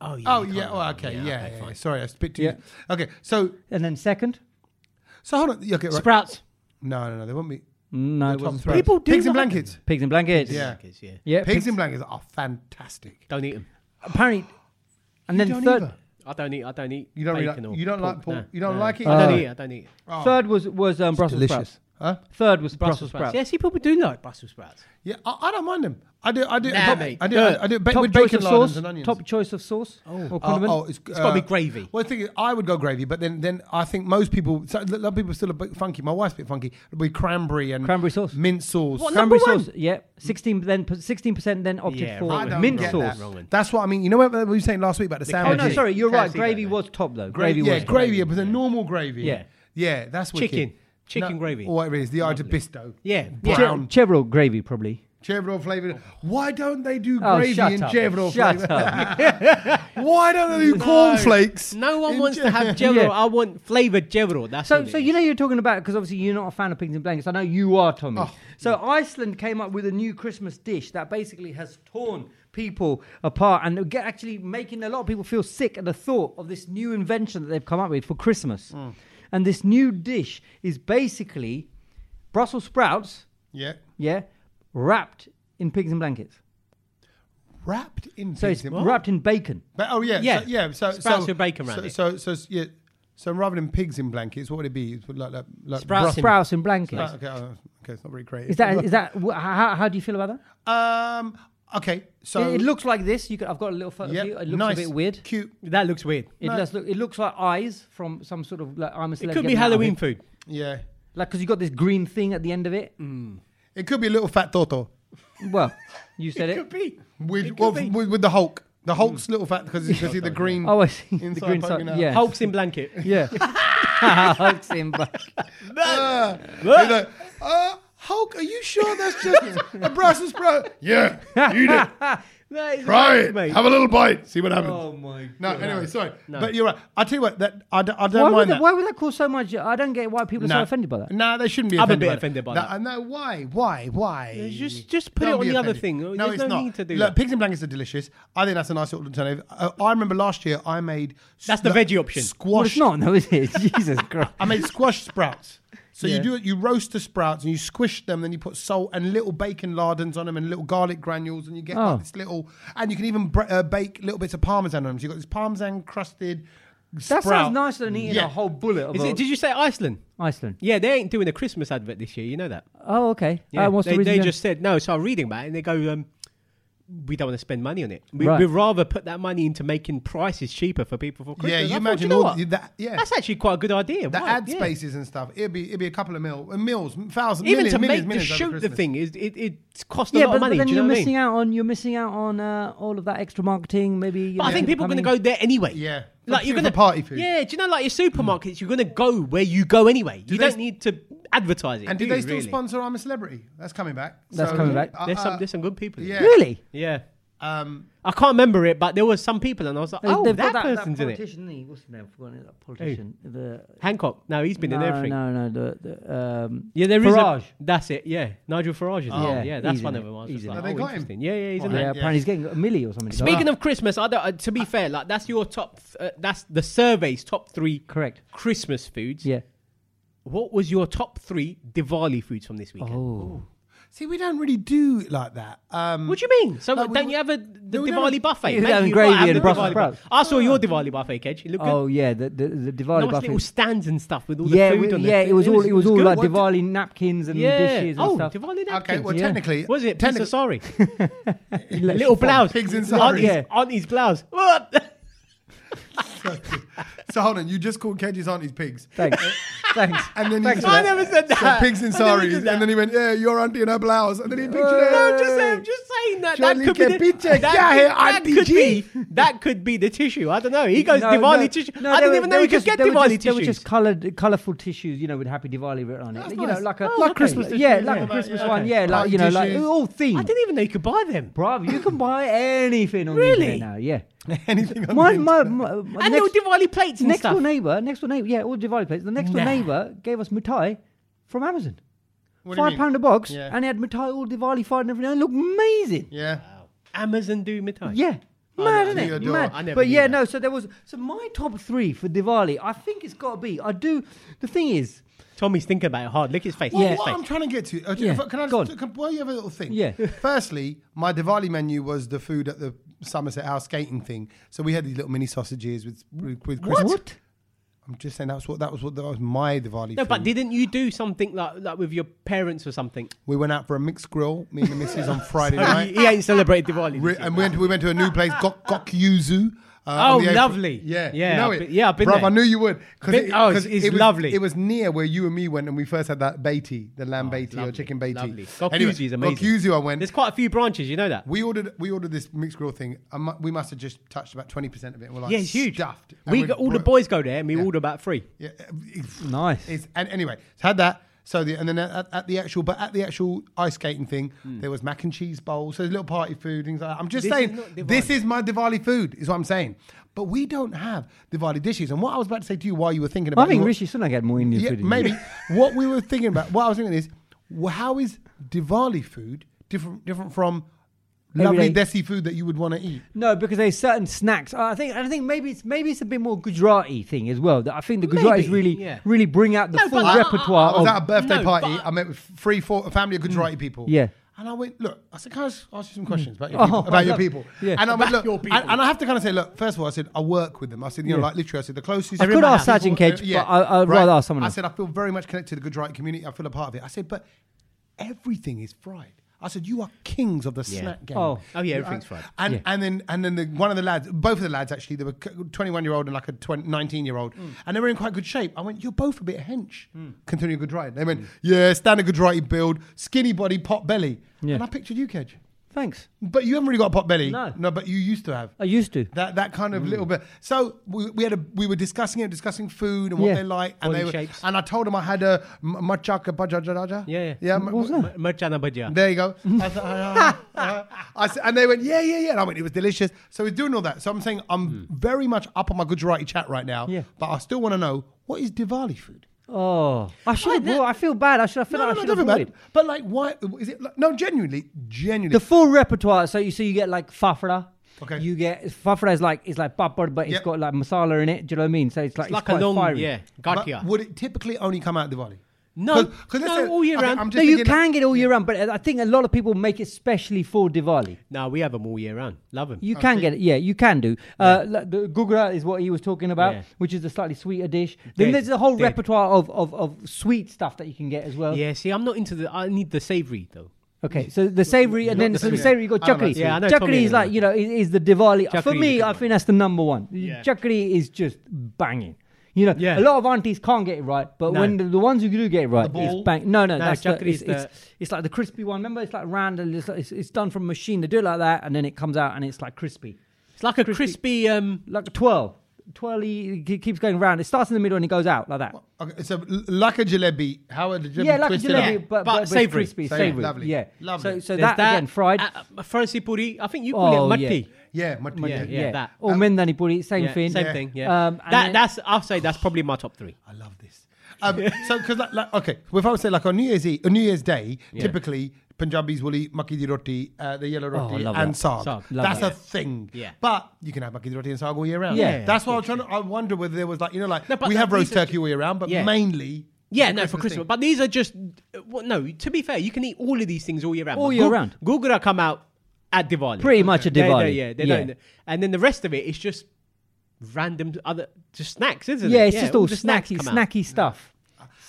C: Oh yeah.
A: Oh
C: you
A: yeah.
C: can't-
A: Oh okay. Yeah. yeah,
C: okay,
A: yeah.
C: fine.
A: Sorry, I spit too.
B: Yeah.
A: Okay. So
B: and then second,
A: so hold on. Okay. Right.
C: Sprouts.
A: no, no, no. They won't be.
B: no.
A: There
B: Tom
A: wasn't
B: Fry.
A: sprouts.
C: People do
A: pigs in
C: like them.
A: blankets.
B: pigs in blankets.
A: Yeah.
C: Crackers, Yeah.
B: yeah.
A: Pigs, in blankets are fantastic.
C: Don't eat them.
B: Apparently, and
A: You
B: then
A: don't
B: third.
A: either.
C: I don't eat. I don't eat.
A: You don't really
C: bacon
A: like-
C: or
A: you don't like pork- you don't like it?
C: I
B: Uh,
C: don't eat. it, I don't eat. it.
A: Oh,
B: Third was was um, Brussels
A: delicious.
B: sprouts.
A: Huh?
B: Third was Brussels, sprouts.
C: Yeah, see, people do like Brussels sprouts.
A: Yeah, I, I don't mind them. I do. I do.
C: Nah,
A: top-
C: mate.
A: I do.
C: Good.
A: I do. ba-
B: Top
A: with
B: choice
A: bacon,
B: of
A: lardons,
B: sauce.
A: and onions.
B: Top choice of sauce. Oh, or
A: Oh,
B: condiment.
A: oh, it's,
C: gotta be gravy.
A: Well, the thing is, I would go gravy, but then, then I think most people, so, a lot of people are still a bit funky. My wife's a bit funky. It'll be cranberry and
B: Cranberry sauce.
A: mint sauce.
C: What,
B: Cranberry
C: Number
B: sauce, yeah, sixteen then sixteen percent then opted
C: Yeah,
A: I
B: for
C: right.
A: don't
B: mint
A: get
B: sauce.
A: that.
C: Wrong.
A: That's what I mean. You know what we were saying last week about the,
B: Oh
A: sandwich?
B: no,
C: KFC.
B: sorry, you're right.
C: KFC,
B: Gravy
C: don't they?
B: was top though.
A: Gravy,
B: Gravy
A: yeah,
B: was top.
A: gravy, but the normal gravy.
B: Yeah.
A: yeah, that's wicked.
C: Chicken. Chicken gravy.
A: Or whatever it is, the artibisto.
C: Yeah.
B: Che-
A: brown
B: Chevrolet gravy probably.
A: chevron flavored. Why don't they do
B: Oh,
A: gravy
B: shut
A: in
B: up.
A: chevron
B: Shut
A: flavored?
B: up.
A: Why don't they do cornflakes?
C: No one
A: in
C: wants to
A: Che-
C: have jello.
B: Yeah.
C: I want flavored jello. That's
B: So,
C: what it
B: so
C: is.
B: you know you're talking about because obviously you're not a fan of pigs in blankets. I know you are, Tommy.
A: Oh.
B: So Iceland came up with a new Christmas dish that basically has torn people apart and get- actually making a lot of people feel sick at the thought of this new invention that they've come up with for Christmas.
A: Mm.
B: And this new dish is basically Brussels sprouts,
A: Yeah,
B: yeah, wrapped in pigs in blankets.
A: wrapped in.
B: So it's
A: pizza.
B: wrapped in bacon.
A: But, oh yeah,
C: Yeah.
A: so, yeah. So
C: Sprouts
A: so,
C: with bacon round
A: so,
C: it.
A: So, so so, yeah. So rather than pigs in blankets, what would it be? It's like, like, like
C: Sprouts
A: broth-
C: in-
B: Sprouts in blankets.
A: Right, okay, oh, okay, it's not very creative.
B: Is that is that wh- how, how do you feel about that?
A: Um. Okay. So
B: it, it looks like this. You could, I've got a little photo
A: Yep,
B: of you. It looks
A: nice,
B: a bit weird.
A: Cute.
C: that looks weird.
B: It
A: No.
B: does look. It looks like eyes from some sort of like I'm a
C: It
B: celeb
C: could be
B: getting out of
C: Halloween
B: it.
C: food.
A: Yeah.
B: Like because you got this green thing at the end of it.
A: It could be a little fat Toto
B: Well, you said it.
C: Could be.
A: with
C: It could
A: well,
C: be.
A: with, with the Hulk. The Hulk's little fat because you can see the green.
B: Oh, I see. the
A: Inside
B: green
A: poking
B: side.
A: out.
B: Yeah.
C: Hulk's in blanket.
B: Yeah. Hulk's in black.
A: Ah. They're like, uh, Hulk, are you sure that's just a Brussels sprout? Yeah, eat it,
C: That is
A: try
C: right,
A: it,
C: mate.
A: have a little bite, see what happens.
B: my.
A: Oh, No, anyway, sorry, but you're right. I tell you what, that I, d- I don't
B: Why would,
A: mind
B: that,
A: that.
B: why would that cause so much? I don't get why people are so offended by that.
A: No, they shouldn't be.
C: I'm a
A: offended
C: bit
A: by
C: offended by
A: no,
C: that.
A: uh, No, why? Why? Why?
C: Just- just put it
A: Don't
C: on
A: be
C: the other
A: offended.
C: thing.
A: No,
C: There's
A: it's
C: no
A: not.
C: need to do
A: Look,
C: that.
A: pigs in blankets are delicious. I think that's a nice little alternative. Uh, I remember last year I made. s-
C: That's the veggie option.
A: Squash.
B: Well, it's not, no, is it? Jesus Christ.
A: I made squash sprouts. So
B: Yeah.
A: you do it. You roast the sprouts and you squish them. Then you put salt and little bacon lardons on them and little garlic granules, and you get
B: Oh.
A: like this little. And you can even br- uh, bake little bits of parmesan on them. So you have got this parmesan crusted.
B: That
A: sprout.
B: sounds nicer than eating
A: Yeah.
B: a whole bullet of
C: Is
B: a-
C: it, did you say Iceland?
B: Iceland.
C: Yeah, they ain't doing a Christmas advert this year. You know that.
B: Oh, okay.
C: Yeah,
B: Uh, what's
C: they,
B: the reason?
C: they
B: you-
C: just said no. So I'm reading about it, and they go, um, "We don't want to spend money on it. We,
B: Right.
C: We'd rather put that money into making prices cheaper for people for Christmas."
A: Yeah,
C: I
A: you
C: thought,
A: imagine
C: know
A: all
C: what?
A: the- that- yeah.
C: that's actually quite a good idea.
A: the
C: right,
A: ad
C: yeah.
A: spaces and stuff. It'd be it'd be a couple of mil, uh, mils, thousands,
C: even
A: millions,
C: to
A: millions,
C: make
A: millions
C: the
A: over
C: shoot the
A: Christmas.
C: thing is it, it's cost a
B: yeah,
C: lot
B: but,
C: of money.
B: but then
C: do you
B: you're
C: know what I mean?
B: missing out on you're missing out on uh, all of that extra marketing. Maybe. you
C: But I
B: know,
C: think people are going to
B: coming-
C: go there anyway.
A: Yeah.
C: like
A: For-
C: you're
A: for
C: going to
A: party food. Hmm.
C: Yeah, do you know like your supermarkets? You're going to go where you go anyway. you
A: they-
C: don't need to advertise it.
A: And
C: do
A: do they
C: you,
A: still
C: really?
A: sponsor I'm a Celebrity? That's coming back.
B: That's coming back.
A: uh,
C: There's
A: uh,
C: some there's some good people. in
A: yeah.
C: there.
B: Really?
C: yeah.
A: Um,
C: I can't remember it, but there were some people, and I was like,
B: They-
C: oh,
B: they've
C: that,
B: got that,
C: person's
B: that
C: in it.
B: politician, isn't he? What's his name? I've forgotten it, that politician. The
C: Hancock. No, he's been in
B: no,
C: everything.
B: No, no, the, the um,
C: Yeah, there is.
B: Farage.
C: A, that's it. Yeah, Nigel Farage is.
B: Oh.
C: in it.
B: Yeah,
C: yeah, that's
B: he's
C: one
B: in
C: of
B: it.
C: them. I was
B: He's
C: just
B: in
A: it.
C: like,
A: Have they
C: oh,
A: got him?
C: interesting. Yeah, yeah, he's in
A: Oh,
B: yeah,
C: there.
A: yeah.
B: apparently he's getting a milli or something.
C: Speaking of Christmas, I don't. Uh, to be fair, like that's your top. Th- uh, that's the survey's top three
B: Ah, correct,
C: Christmas foods.
B: yeah.
C: What was your top three Diwali foods from this weekend?
B: Oh,
A: see, we don't really do it like that. Um,
C: What do you mean? So
A: Like, we-
C: don't you have a the
A: No, we don't
C: Diwali
A: have-
C: buffet?
B: Yeah,
C: Mate,
B: and
C: you
B: gravy
C: gotta have
B: and
C: the
B: Brussels
C: Diwali
B: sprouts.
C: buffet. I saw your Diwali buffet, Kedge. It looked
B: oh yeah, the the, the
C: good.
B: Diwali
C: Nice
B: buffet.
C: little stands and stuff with all the
B: yeah,
C: food
B: we-
C: on
B: yeah,
C: there.
B: it was all it was all
C: good.
B: like
A: What did-
B: Diwali napkins and
C: yeah.
B: dishes and
C: oh,
B: stuff.
C: Diwali
A: Okay,
C: napkins.
A: well,
B: yeah.
A: technically,
C: was it?
A: technically-
C: Pizza, sorry.
B: Like
C: Little
B: chiffon.
C: blouse.
A: Pigs in
C: Auntie's,
A: saris.
B: Yeah.
C: auntie's blouse. What?
A: So hold on, you just called Kedge's aunties pigs.
B: Thanks, thanks.
A: And then
B: Thanks
A: he
B: for that.
A: said,
C: I never said that.
A: said pigs in
C: I never
A: saris.
C: did
A: And
C: that.
A: then he went, yeah, your auntie in her blouse. And then he pictured her.
C: No, just saying, just saying that. That
A: Surely
C: could, be
A: can
C: the,
A: picture
C: that,
A: क्या है,
C: that
A: Auntie
C: could
A: G?
C: be. That could be the tissue. I don't know. He goes
B: No,
C: Diwali
B: no,
C: tissue.
B: no,
C: I
B: they
C: didn't
B: were-
C: even
B: they
C: know
B: were
C: you could
B: just-
C: get
B: they were
C: Diwali
B: just-
C: tissues.
B: They were just coloured, colourful tissues, you know, with Happy Diwali written on it.
A: That's
B: you know,
A: nice.
B: like a
A: Oh, like
B: Christmas,
A: Christmas
B: yeah,
A: tissues,
B: like
A: yeah.
B: a Christmas
A: Okay.
B: one, yeah, like you know, like
A: tissues.
B: all
C: I
B: themed.
C: didn't even know you could buy them.
B: Bruv, you can buy anything on
C: Really?
B: the internet now. Yeah,
A: Anything on
B: my
A: the
B: my,
A: internet.
B: my, my next,
C: And little Diwali plates and
B: next
C: stuff.
B: door neighbor, next door neighbor, yeah, all Diwali plates. The next door
C: Nah.
B: neighbor gave us mitai from Amazon,
A: What do you
B: five
A: mean?
B: pound a box,
A: Yeah.
B: and it had mitai all Diwali fired and everything. and It looked amazing.
A: Yeah.
C: Oh, Amazon do mitai.
B: Yeah.
A: I
B: Mad,
A: never
B: isn't
A: knew
B: it?
A: you'd do
B: Mad.
A: it. I never
B: But
A: knew
B: yeah,
A: that.
B: no, so there was so my top three for Diwali, I think it's gotta be. I do the thing is
C: Tommy's thinking about it hard. Look at his face.
A: Well,
C: Look at
A: what I'm
C: his face.
A: trying to get to, uh,
B: Yeah,
A: if- can I
B: go
A: just,
B: on.
A: can, while you have a little thing?
B: Yeah.
A: Firstly, my Diwali menu was the food at the Somerset House skating thing. So we had these little mini sausages with with Christmas.
B: What?
A: I'm just saying that's what that was what that was my Diwali.
C: No,
A: food.
C: but didn't you do something like like with your parents or something?
A: we went out for a mixed grill, me and the missus on Friday
C: He,
A: night,
C: he ain't celebrated Diwali.
A: Re-
C: this year.
A: and we went to, we went to a new place, Gok Gokyuzu. Uh,
C: Oh,
A: on the April-
C: lovely.
A: Yeah,
C: Yeah,
A: you know
C: I've
A: it.
C: been- yeah, I've been
A: Bruv,
C: there.
A: I knew you would. 'Cause
C: Been- oh, it's- it's
A: was,
C: lovely.
A: It was near where you and me went, and we first had that beiti, the lamb beiti or
C: Oh, Lovely,
A: chicken beiti.
C: lovely. Gokyuzu is amazing.
A: Gokyuzu, I went.
C: There's quite a few branches. You know that.
A: We ordered we ordered this mixed grill thing. I mu- we must have just touched about twenty percent of it. We're like,
C: Yeah, it's huge.
A: Stuffed. And
C: We
A: we're
C: got, all
A: bro-
C: the boys go there, and we order about three.
A: Yeah, it's,
B: Nice.
A: it's- and anyway, so had that. So the and then at, at the actual, but at the actual ice skating thing, there was mac and cheese bowls. So there's little party food things like that. I'm just
C: Hmm. This is
A: saying,
C: not Diwali.
A: this is my Diwali food. Is what I'm saying. But we don't have Diwali dishes. And what I was about to say to you while you were thinking about,
B: I think
A: your-
B: Rishi Sunak had more Indian
A: yeah,
B: food. than you.
A: maybe what we were thinking about. What I was thinking is, wh- how is Diwali food different different from lovely
B: Everyday.
A: desi food that you would want to eat?
B: No, because there's certain snacks. I think I think maybe it's maybe it's a bit more Gujarati thing as well. That I think the Gujaratis
C: Maybe,
B: really
C: yeah.
B: really bring out the
C: No,
B: full
C: but I-
B: repertoire
A: I was
B: of Mm.
A: at a birthday
C: No,
A: party.
C: but-
A: I met with three, four, a family of Gujarati people.
B: Yeah.
A: And I went, look, I said, can I just ask you some questions about your people?
B: Oh,
A: about your
B: love-
A: people?
B: yeah.
A: And I went,
C: About
A: look,
C: your people.
A: And, and I have to kind of say, look, first of all, I said, I work with them. I said, you know,
B: Yeah.
A: like literally, I said, the closest.
B: I could ask Sajin Kedge, but I- I'd rather ask someone
A: uh, I
B: else.
A: said, I feel very much connected to the Gujarati community. I feel a part of it. I said, but everything is fried. I said, you are kings of the snack game.
B: Oh.
C: Oh yeah, everything's fried.
A: And
B: Yeah.
A: and then and then the, one of the lads, both of the lads actually, they were 21 year old and like a 20, 19 year
B: Hmm.
A: old, and they were in quite good shape. I went, you're both a bit hench, continuing good right. They
B: Hmm.
A: went, yeah, standard good righty build, skinny body, pot belly,
B: Yeah.
A: and I pictured you, Kedge.
B: Thanks.
A: But you haven't really got a pot belly,
B: No. Hmm.
A: no, but you used to have.
B: I used to.
A: That, that kind of little bit. So we, we had a we were discussing it, discussing food and what
B: Yeah.
A: they like, and
C: Body
A: they were,
C: shapes.
A: and I told them I had a m- machaka bajaja.
C: Yeah, yeah.
A: yeah.
B: What was that?
C: M- Merchana bhajia.
A: There you go. I said, "Ah, ah, ah." I said- and they went, yeah, yeah, yeah. And I went, it was delicious. So we're doing all that. So I'm saying I'm very much up on my Gujarati chat right now.
B: Hmm. Yeah.
A: But I still want to know what is Diwali food?
B: Oh, I should have bought. I feel bad. I should. I feel like I should
A: don't feel
B: have bought
A: bad.
B: it.
A: But like, why is it? Like, no, genuinely, genuinely.
B: The full repertoire. So you so you get like fafra.
A: Okay.
B: You get fafra is like it's like papad, but
A: Yep.
B: it's got like masala in it. Do you know what I mean? So it's like
C: It's
B: it's,
C: like a
B: quite
C: long
B: fiery.
C: yeah.
A: But
C: Gatia.
A: would it typically only come out Diwali?
C: No,
A: 'Cause- 'cause let's
C: no,
A: say-
C: all year
A: okay,
C: round.
A: I'm just
B: No, you
A: thinking, like,
B: can get it all year round, but I think a lot of people make it specially for Diwali.
C: No, we have them all year round. Love them.
B: You can get it, yeah. You can do. Uh, like The gugra is what he was talking about,
C: Yeah.
B: which is a slightly sweeter dish. Then
C: Dead,
B: there's a whole
C: dead.
B: repertoire of, of, of sweet stuff that you can get as well.
C: yeah, see, I'm not into the. I need the savoury though.
B: Okay, so the savory and then
A: the
B: so the
A: sweet.
B: savory you got
A: I don't know,
B: chakri.
A: sweet. Yeah,
C: I know
B: chakri
C: Tommy
B: is
C: doesn't
B: like you know is, is the Diwali.
C: Chakri
B: For
C: is
B: me,
C: a good
B: I
C: one.
B: think that's the number one.
C: Yeah.
B: Chakri is just banging. You know,
C: Yeah.
B: a lot of aunties can't get it right, but
C: No.
B: when the, the ones who do get it right, it's
C: ball?
B: bang. No, no,
C: No,
B: that's the-
C: chakri
B: it's,
C: is the-
B: it's, it's like the crispy one. Remember, it's like round and it's, like- it's, it's done from a machine. They do it like that, and then it comes out and it's like crispy,
C: It's like a crispy. um
B: like a twirl. twirly, it keeps going round. It starts in the middle and it goes out like that.
A: Okay, so l- like a jalebi, how a jalebi
B: yeah, like a
A: twisted
B: jalebi,
A: up.
B: but, but,
C: But
B: it's
C: savoury.
B: crispy,
A: Savoury,
B: savoury.
A: lovely,
B: Yeah,
A: lovely.
B: So, so
C: There's
B: that, again, fried.
C: Uh, uh, fancy puri. I think you call
B: Oh,
C: it
B: yeah.
C: matti.
A: Yeah, mud-
C: Mud-
A: yeah.
C: yeah. that.
B: Or mindani Oh, puri, same
C: Yeah,
B: thing.
C: Same
A: Yeah.
C: thing. Yeah.
B: Um, and
C: that,
B: then-
C: that's. I'll say that's probably my top three.
A: I love this. Um, so, because like, like, okay, well, if I would say like on New Year's Eve, on New Year's Day, typically Punjabis will eat makki di roti, uh, the yellow
B: Oh, I
A: roti,
B: love
A: and
B: that.
A: saag.
C: Saag,
B: love
A: That's
B: that.
A: a thing.
C: Yeah.
A: But you can have makki di roti and saag all year round.
B: Yeah, yeah,
A: That's why I'm trying to. I wonder whether there was like you know like
C: No, but
A: we have
C: these
A: roast
C: are
A: turkey
C: ju-
A: all year round, but
C: Yeah.
A: mainly
C: Yeah, no, for Christmas.
A: thing.
C: But these are just. Well, no, to be fair, you can eat all of these things all year round.
B: All
C: But
B: year
C: Gug-
B: round.
C: Gugura come out at Diwali.
B: Pretty much a
C: They- they-
B: Diwali.
C: yeah, they
B: Yeah.
C: don't. And then the rest of it is just random other just snacks, isn't it?
B: yeah, it's just all
C: the
B: snacky,
C: come out.
B: snacky stuff.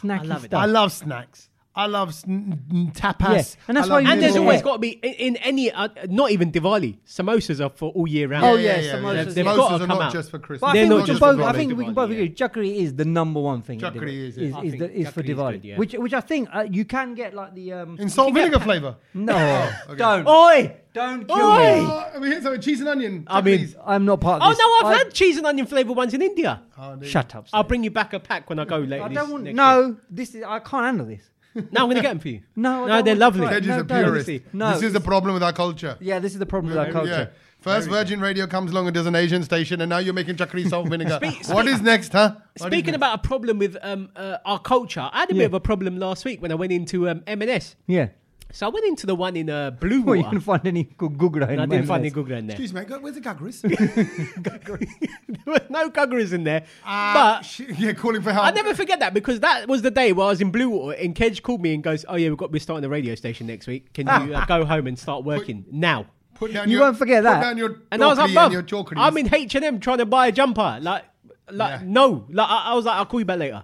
B: Snacky
C: love it.
B: stuff.
A: I love snacks. I love sn- tapas.
B: Yeah, and that's
A: I
B: why
A: love
B: you
C: And there's
A: little-
B: Yeah.
C: always got to be in, in any, uh, not even Diwali. Samosas are for all year round.
B: Oh, yeah, samosas.
A: yeah.
B: They've
A: Samosas
C: gotta
A: are
C: come
A: not
C: out.
A: just for Christmas.
B: But I
C: They're
B: think,
C: not
B: we can
C: just
B: both,
C: for
B: I
C: Diwali.
B: think we can
C: Diwali,
B: both
C: yeah.
B: agree. Chakri is the number one thing. at
A: Chakri
B: Diwali.
A: is, yeah.
B: is,
A: I
B: is,
C: think
B: the- is for
C: chakri is
B: Diwali,
C: good, yeah.
B: which which I think uh, you can get like the um,
A: in salt
B: you can
A: vinegar
B: get-
A: flavour.
B: No,
A: okay.
B: don't,
C: Oi!
B: don't kill
C: Oh, Oi!
B: me.
A: Oh, we hit something cheese and onion.
C: I mean-
A: please.
B: I'm not part of
C: Oh
B: this.
C: no, I've
B: I-
C: had cheese and onion flavored ones in India.
A: Oh, no.
B: Shut up.
C: I'll
B: Steve.
C: bring you back a pack when I go later.
B: I
C: this-
B: don't want.
C: next
B: No,
C: year.
B: this is. I can't handle this.
C: no, I'm gonna get them for you.
B: No, I don't
C: no, they're
B: want to
C: lovely.
B: try it.
A: Kedge
B: No,
A: is a
B: don't.
A: purist.
B: No,
A: this is the problem with our culture.
B: Yeah, this is the problem with our
A: Yeah.
B: culture.
A: First Virgin Radio comes along and does an Asian station, and now you're making chakri salt vinegar.
C: Speak-
A: what
C: speak-
A: is next, huh? What is
C: Speaking
A: next?
C: about a problem with um, uh, our culture, I had a
B: Yeah.
C: bit of a problem last week when I went into um, M&S.
B: Yeah.
C: So I went into the one in uh, Blue
B: Well,
C: Water.
B: you can find any gu- gugra in
C: and I didn't find
B: Manchester.
C: any Google in there.
A: Excuse me, go- where's the gagaris?
C: there were no Guggeras in there.
B: Ah,
A: Uh,
C: but
A: sh- yeah, calling for help.
C: I never forget that because that was the day where I was in Blue Water and Kedge called me and goes, "Oh yeah, we've got we're starting the radio station next week. Can
B: Ah.
C: you uh, go home and start working now?"
A: put down
B: You
A: your,
B: won't forget
A: put
B: that.
A: Down your
C: And I was
A: chalkery
C: like,
A: and your
C: "Bruv,
A: chalkeries."
C: I'm in H and M trying to buy a jumper. Like, like
A: Yeah.
C: no. Like I, I was like, I'll call you back later.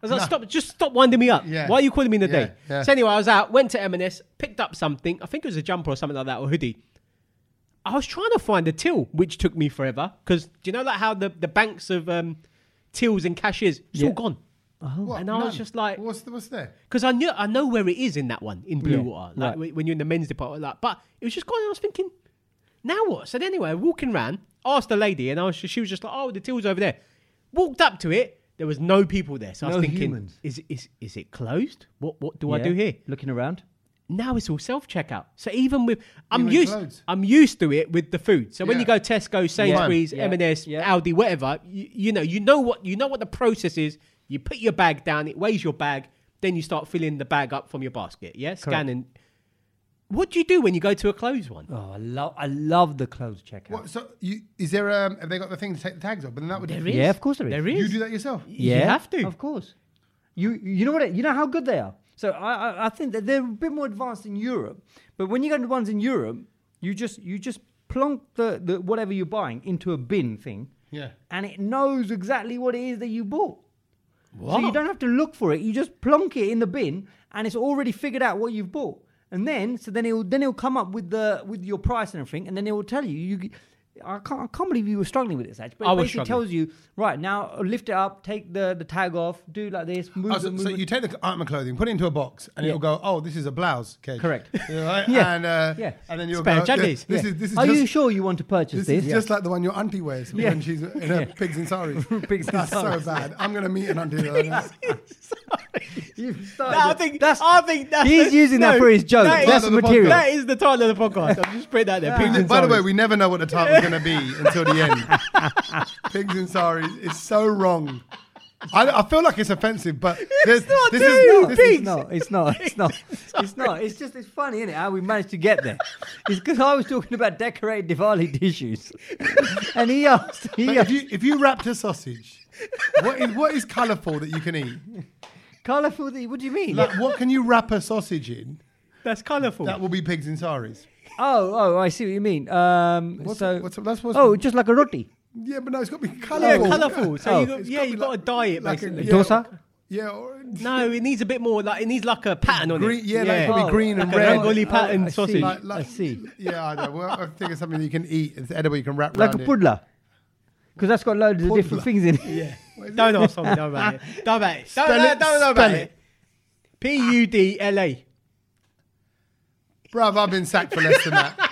C: I was like, stop, just stop winding me up.
A: Yeah.
C: Why are you calling me in the
A: Yeah,
C: day?
A: yeah.
C: So anyway, I was out, went to M&S, picked up something. I think it was a jumper or something like that, or hoodie. I was trying to find a till, which took me forever because do you know like how the, the banks of um, tills and cashiers it's
B: Yeah.
C: all gone.
A: Oh. What?
C: and I was
A: None?
C: just like-
A: what's, the, what's there?
C: Because I knew I know where it is in that one in Blue
B: Yeah,
C: Water, like
B: right.
C: wh- when you're in the men's department. Like, but it was just gone. I was thinking, now what? So then anyway, walking round, asked the lady, and I was she was just like, oh, the till's over there. Walked up to it. There was no people there, so I
B: No
C: was thinking,
B: humans.
C: is is is it closed? What what do I
B: Yeah.
C: do here?
B: Looking around.
C: Now it's all self checkout. So even with I'm
A: Even
C: used
A: clothes.
C: I'm used to it with the food. So when
A: Yeah.
C: you go Tesco, Sainsbury's,
B: Yeah.
C: M&S,
B: Yeah.
C: Aldi, whatever, you, you know you know what you know what the process is. You put your bag down, it weighs your bag, then you start filling the bag up from your basket. Yeah, scanning. What do you do when you go to a closed one?
B: Oh, I love. I love the clothes checkout.
A: What, so, you, is there? Um, have they got the thing to take the tags off? But then that would
C: There is.
B: Yeah, of course there is.
C: There
A: you
C: is.
A: do that yourself.
B: Yeah,
C: You have to.
B: Of course. You you know what? It, you know how good they are. So I, I I think that they're a bit more advanced in Europe. But when you go to ones in Europe, you just you just plonk the, the whatever you're buying into a bin thing,
A: Yeah.
B: and it knows exactly what it is that you bought. So you
C: Wow.
B: don't have to look for it. You just plonk it in the bin, and it's already figured out what you've bought. And then so then it'll then it'll come up with the with your price and everything, and then it will tell you you. I can't, I can't believe you were struggling with this, actually. But
C: I
B: it
C: was
B: basically
C: struggling.
B: tells you, right now, lift it up, take the, the tag off, do like this, move,
A: Oh,
B: it,
A: so,
B: move
A: so
B: it.
A: you take the item of clothing, put it into a box, and
B: Yeah.
A: it'll go. Oh, this is a blouse. Cage.
B: Correct.
A: You know, right?
B: Yeah.
A: And uh,
B: Yeah.
A: and then you'll
C: Spare
A: go. This,
C: juggies.
A: this
B: Yeah.
A: is this is
B: Are
A: just,
B: you sure you want to
A: This,
B: purchase this?
A: is just like the one your auntie wears
B: Yeah.
A: when she's in her pigs and saris.
B: Pigs and
A: That's so
B: saris.
A: bad. I'm gonna meet an auntie. like that.
B: You've
C: No,
B: started
C: I
B: it.
C: think
B: that's
C: that's. I think that's
B: he's using that for his joke.
C: that is-
B: That's
A: Well, the
B: material.
C: that is the title of the podcast. I've just spread that there. Pigs
A: By
C: and
A: the way,
C: saris.
A: we never know what the title's gonna be until the end. pigs and saris is so wrong. I, I feel like it's offensive, but this,
C: not,
A: this
C: dude.
A: is
B: No,
A: this
B: it's
A: is
B: not. It's not. It's not. It's not. It's just. It's funny, isn't it? How we managed to get there. It's because I was talking about decorated Diwali dishes, and he asked. He
A: But if
B: asked
A: you if you wrapped a sausage, what is what is colourful that you can eat?
B: colourful. The, what do you mean?
A: Like what can you wrap a sausage in
C: that's colourful.
A: that will be pigs and saris?
B: oh, oh, I see what you mean. Um,
A: What's-
B: so
A: what's- that's what's-
B: oh, just like a roti.
A: Yeah, but no, it's got to be
C: Yeah,
A: colourful.
C: colourful. So
B: Oh.
C: you got,
A: It's
C: yeah,
A: gotta
C: you
A: be
C: got to
A: like-
C: dye it
A: like a- yeah,
C: basically.
B: Dosa?
A: or- Yeah, orange.
C: No, it needs a bit more. Like it needs like a pattern on
A: Green-
C: it.
A: yeah, like it could be green and
C: like
A: red.
C: A Rangoli
B: Oh,
C: pattern
B: I see.
C: sausage.
A: Like, like,
B: I see.
A: Yeah, I know. Well, I think it's something that you can eat. It's edible. You can wrap
B: like a
A: round it.
B: pudla, because that's got loads of different
A: Pudla.
B: things in it. Yeah.
C: don't ask me. Don't about it. Don't about it. Don't,
A: Spell
C: don't,
A: it,
C: don't know about
A: spell
C: it. P U D L E. A.
A: Bruv, I've been sacked for less than that.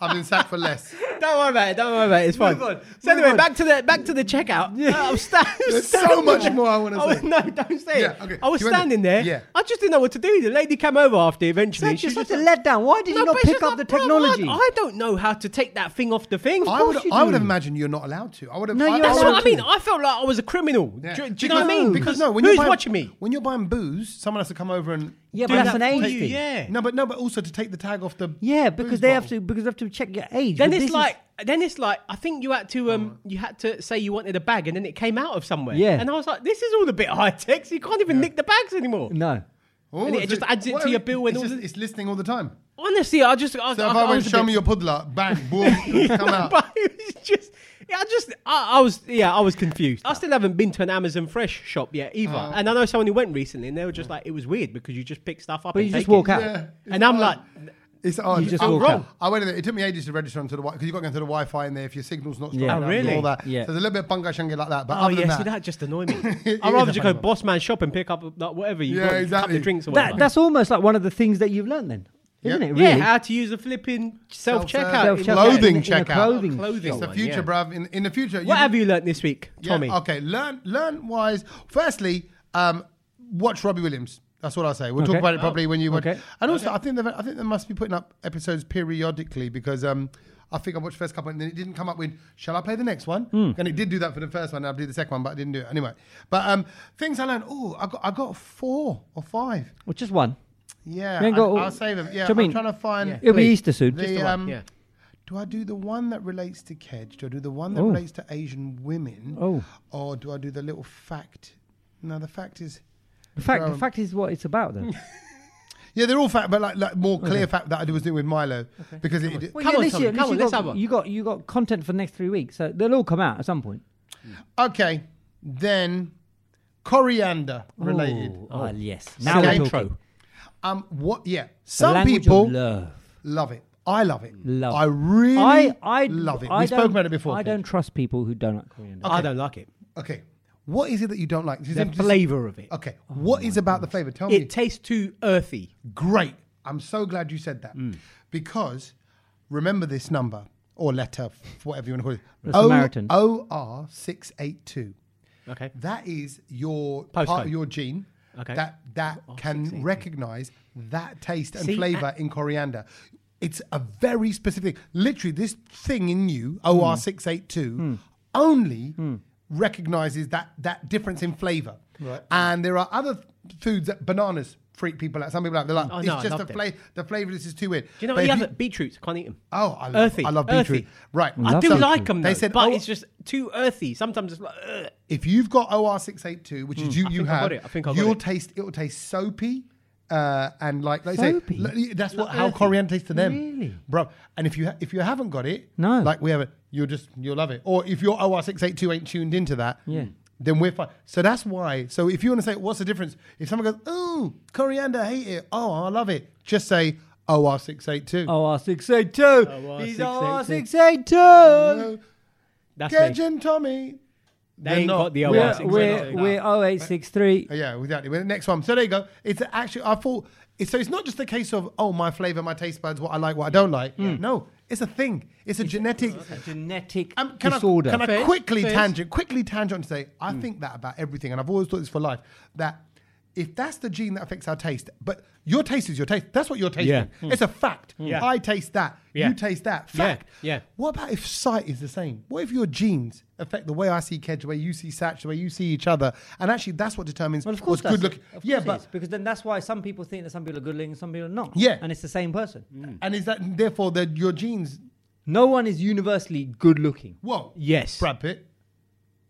A: I've been sacked for less.
C: Don't worry about it. Don't worry about it. It's fine.
B: Move on,
C: So
B: move
C: anyway,
B: on.
C: back to the back to the checkout. Uh, I'm sta-
A: There's
C: standing
A: so much
C: there.
A: more I want to
C: was-
A: say.
C: No, don't say
A: Yeah,
C: it.
A: okay.
C: I was
A: She went there.
C: standing there.
A: Yeah.
C: I just didn't know what to do. The lady came over after eventually.
B: Such, you're
C: She
B: such
C: just
B: a letdown. Why did you
C: No,
B: not
C: but it's
B: pick
C: just
B: up the
C: like, bro,
B: technology?
C: I, I don't know how to take that thing off the thing.
A: I
C: That's
A: would,
B: you
A: I would
B: do.
A: have imagined you're not allowed to. I would have.
B: No, you're
A: I,
B: allowed
A: would have
C: what I
B: to.
C: mean.
A: thought-
C: I felt like I was a criminal.
A: Yeah.
C: Do, do you know what I
A: Because-
C: mean?
A: Because no, when
C: who's
A: you're buying,
C: watching me?
A: When you're buying booze, someone has to come over and
B: yeah,
C: Do
B: but that's
C: that
B: an
C: for
B: age
C: you,
B: thing.
C: Yeah.
A: No, but no, but also to take the tag off the.
B: Yeah, because
A: booze
B: they have
A: bottle.
B: to because they have to check your age.
C: Then
B: But
C: it's
B: this is-
C: like, then it's like, I think you had to,
A: Oh.
C: um, you had to say you wanted a bag, and then it came out of somewhere.
B: Yeah.
C: And I was like, this is all a bit high tech. So you can't even nick the bags anymore.
B: no.
A: Oh,
C: and it
A: is
C: just adds it
A: what
C: to
A: are
C: your
A: we-
C: bill and
A: it's,
C: all
A: just,
C: the-
A: it's listening all the time.
C: Honestly, I just, I, was-
A: So
C: I,
A: if
C: I
A: I went,
C: was a
A: show
C: bit-
A: me your puddler, bang, boom, it's come out.
C: But it was just, yeah, I just, I, I was, yeah, I was confused. I still haven't been to an Amazon Fresh shop yet either.
A: Oh.
C: and I know someone who went recently, and they were just like, it was weird because you just pick stuff up.
B: But
C: and
B: you just
C: take it.
B: walk out.
A: Yeah, it's
C: And I'm
A: odd.
C: like,
A: it's odd.
B: just
A: I'm
B: walk
A: wrong.
B: out.
A: I went in there. It took me ages to register onto the Wi because you've got to go into the Wi-Fi in there if your signal's not strong.
B: Yeah. Oh,
A: enough and
C: really?
A: All that.
B: Yeah.
A: So there's a little bit of bunga shangy like that. But
C: oh
A: other
C: yeah,
A: than
C: see
A: that,
C: that just annoyed me.
A: It
C: I'd
A: is
C: rather
A: a
C: just
A: funny
C: go
A: one.
C: boss man shop and pick up like, whatever you
A: Yeah,
C: want, a couple
A: exactly.
C: of drinks or whatever.
B: That, that's almost like one of the things that you've learned then, isn't
A: Yeah.
B: it?
C: Yeah,
B: Really?
C: how to use a flipping self checkout.
A: Self-checkout.
B: Self-checkout
A: Clothing
B: in a- in a
A: checkout.
B: Clothing.
C: Clothing.
A: it's the future, bruv. In, in the future,
C: What have you learnt this week,
A: Yeah,
C: Tommy?
A: Okay, learn learn wise. Firstly, um, watch Robbie Williams. That's what I say. We'll
B: Okay.
A: talk about it probably when you watch.
B: Okay.
A: And also, I think they've- I think they must be putting up episodes periodically because um, I think I watched the first couple and then it didn't come up with. Shall I play the next one?
B: Hmm.
A: And it did do that for the first one. I'll do the second one, but I didn't do it anyway. But um, things I learned. Oh, I got I got four or five.
B: Well, just one.
A: Yeah,
B: You ain't got
A: I,
B: all-
A: I'll save them. Yeah,
B: Do you
A: I'm
B: mean-
A: trying to find.
C: Yeah.
B: It'll be
C: Please.
B: Easter soon.
A: The,
C: the one,
A: um,
C: yeah.
A: Do I do the one that relates to Kedge? Do I do the one that
B: Oh.
A: relates to Asian women?
B: Oh.
A: Or do I do the little fact? No, the fact is.
B: the fact, the
A: um,
B: fact is what it's about then.
A: Yeah, they're all fact, but like, like more clear fact that I was doing with Milo because it,
B: Well,
C: Come
B: yeah,
C: on,
B: at least
C: Tommy,
B: you- at least
C: come on,
B: you
C: let's
B: got-
C: have one.
B: You got you got content for the next three weeks, so they'll all come out at some point.
A: okay, then coriander related.
B: Oh, ah, yes. Now
A: Okay.
B: we're
C: Intro.
B: talking.
A: Um, what? Yeah,
B: The
A: some
B: language of
A: people
B: love.
A: love it. I love it.
B: Love.
A: I really,
B: I, I
A: love it.
B: I
A: we spoke
B: don't-
A: about it before.
B: I
A: Kedge.
B: don't trust people who don't like coriander.
C: I don't like it.
A: Okay, what is it that you don't like? Just-
C: The
A: just-
C: flavour of it.
A: Okay,
B: Oh
A: what is about the flavor? Tell me.
C: It tastes too earthy.
A: Great. I'm so glad you said that. Because remember this number or letter, f- whatever you want to call it.
B: The Samaritan.
A: OR682.
C: Okay.
A: That is your
C: Postcode.
A: part of your gene.
C: Okay. Oh,
A: That that can recognize that taste and
C: See,
A: flavor in coriander. It's a very specific. Literally, this thing in you, OR682, only recognizes that that difference in flavor. Right. And there are other foods that bananas freak people out. Some people out. They're like,
C: Oh,
A: it's
C: no, I
A: just
C: love
A: the
C: them.
A: flavor. The flavor. This is too weird.
C: Do you know
A: But
C: what the
A: if
C: other beetroots? Can't eat them.
A: Oh, I love,
C: Earthy.
A: I love
C: Earthy.
A: beetroot. Right.
B: I
C: I
B: love
C: do
B: beetroot.
C: like them.
A: They
C: They
A: said,
C: said, but
A: oh-
C: it's just too earthy. Sometimes it's like, ugh.
A: if you've got OR682, which is you, you
C: think Hmm, I
A: have,
C: got it. I think I got
A: you'll
C: it.
A: taste it'll taste soapy. Uh, and like, like I say,
B: Soapy?
A: li- that's what
C: Not
A: how
C: earthy.
A: coriander tastes to them,
B: Really?
A: bro. And if you ha- if you haven't got it,
B: No.
A: like we haven't, you'll just you'll love it. Or if your OR six eight two ain't tuned into that,
B: Yeah.
A: then we're fine. So that's why. So if you want to say what's the difference, if someone goes, oh, coriander, I hate it. Oh, I love it. Just say OR six eight two.
B: OR Oh, six eight two.
A: Oh,
B: He's OR six eight two.
C: that's
A: Kedge
C: me.
A: and Tommy.
C: They
A: They're
C: ain't
A: not.
C: got the
A: We're-
C: OR
B: We're
C: six.
B: we're we're oh eight six three.
A: Uh, Yeah, exactly. Well, next one. So there you go. It's actually I thought. It's, so it's not just a case of oh my flavor, my taste buds, what I like, what I don't like. No, it's a thing. Hmm. It's a genetic.
B: Genetic
A: Um, can
B: disorder.
A: I, can
C: Fair,
A: I quickly
C: fair.
A: tangent? Quickly tangent and say I
C: Mm.
A: think that about everything, and I've always thought this for life that. If that's the gene that affects our taste, but your taste is your taste. That's what you're tasting. Mm.
C: Yeah.
A: It's a fact.
B: Mm.
C: Yeah.
A: I taste that.
C: Yeah.
A: You taste that.
C: Yeah,
A: Fact.
C: yeah.
A: What about if sight is the same? What if your genes affect the way I see Kedge, the way you see Satch, the way you see each other? And actually, that's what determines
B: Well, of course,
A: what's good
B: that's-
A: looking.
B: of
A: Yeah,
B: course it
A: but
B: is, because then that's why some people think that some people are good looking and some people are not.
A: Yeah.
B: and it's the same person.
A: and is that therefore that your genes?
B: No one is universally good looking.
A: Whoa.
C: Yes.
A: Brad Pitt.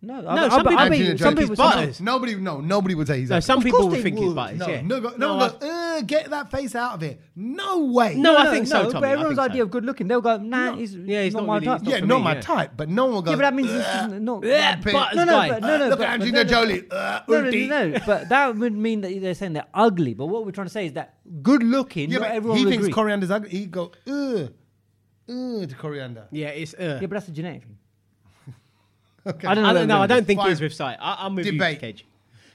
B: No,
C: No, some people- I mean,
A: Angelina
C: some
A: Jolie.
C: people-
A: No,
C: butters.
A: Nobody, no, nobody would say he's.
C: No,
A: ugly.
C: some
B: Of
C: people
B: course
C: would
B: they
C: think
B: would.
C: it's bites.
A: No,
C: yeah.
A: no, go- no,
C: I-
A: one goes, "Ugh, get that face out of here. No way.
C: No, I think so, Tommy,
B: But
C: I
B: everyone's
C: think so.
B: idea of good looking, they'll go, nah, he's,
C: Yeah, he's
B: not,
C: not
B: my
C: really-
B: type.
C: he's
A: yeah,
C: for
A: not
C: me,
A: my
C: yeah.
A: type, but no one goes.
B: yeah, but that means it's
A: "Ugh,
B: just not.
A: Brad
C: Ugh,
A: Pitt.
C: but-
B: no, no,
C: guy.
B: but,
A: Uh,
B: no, no,
A: look
B: but,
A: at
B: but
A: Angelina
B: no, no.
A: Jolie. Uh,
B: No, no, no, no, but that would mean that they're saying they're ugly. But what we're trying to say is that good looking,
A: Yeah,
B: not
A: but
B: everyone
A: he
B: will
A: thinks
B: agree.
A: coriander's ugly. He go, ugh, ugh to coriander.
C: Yeah, it's. Uh,
B: yeah, but that's a genetic thing.
A: Okay.
B: I don't
C: I
B: know.
C: don't know. I don't think
A: Fine.
C: he is with sight. I, I'm with
A: Debate.
C: you, Kedge.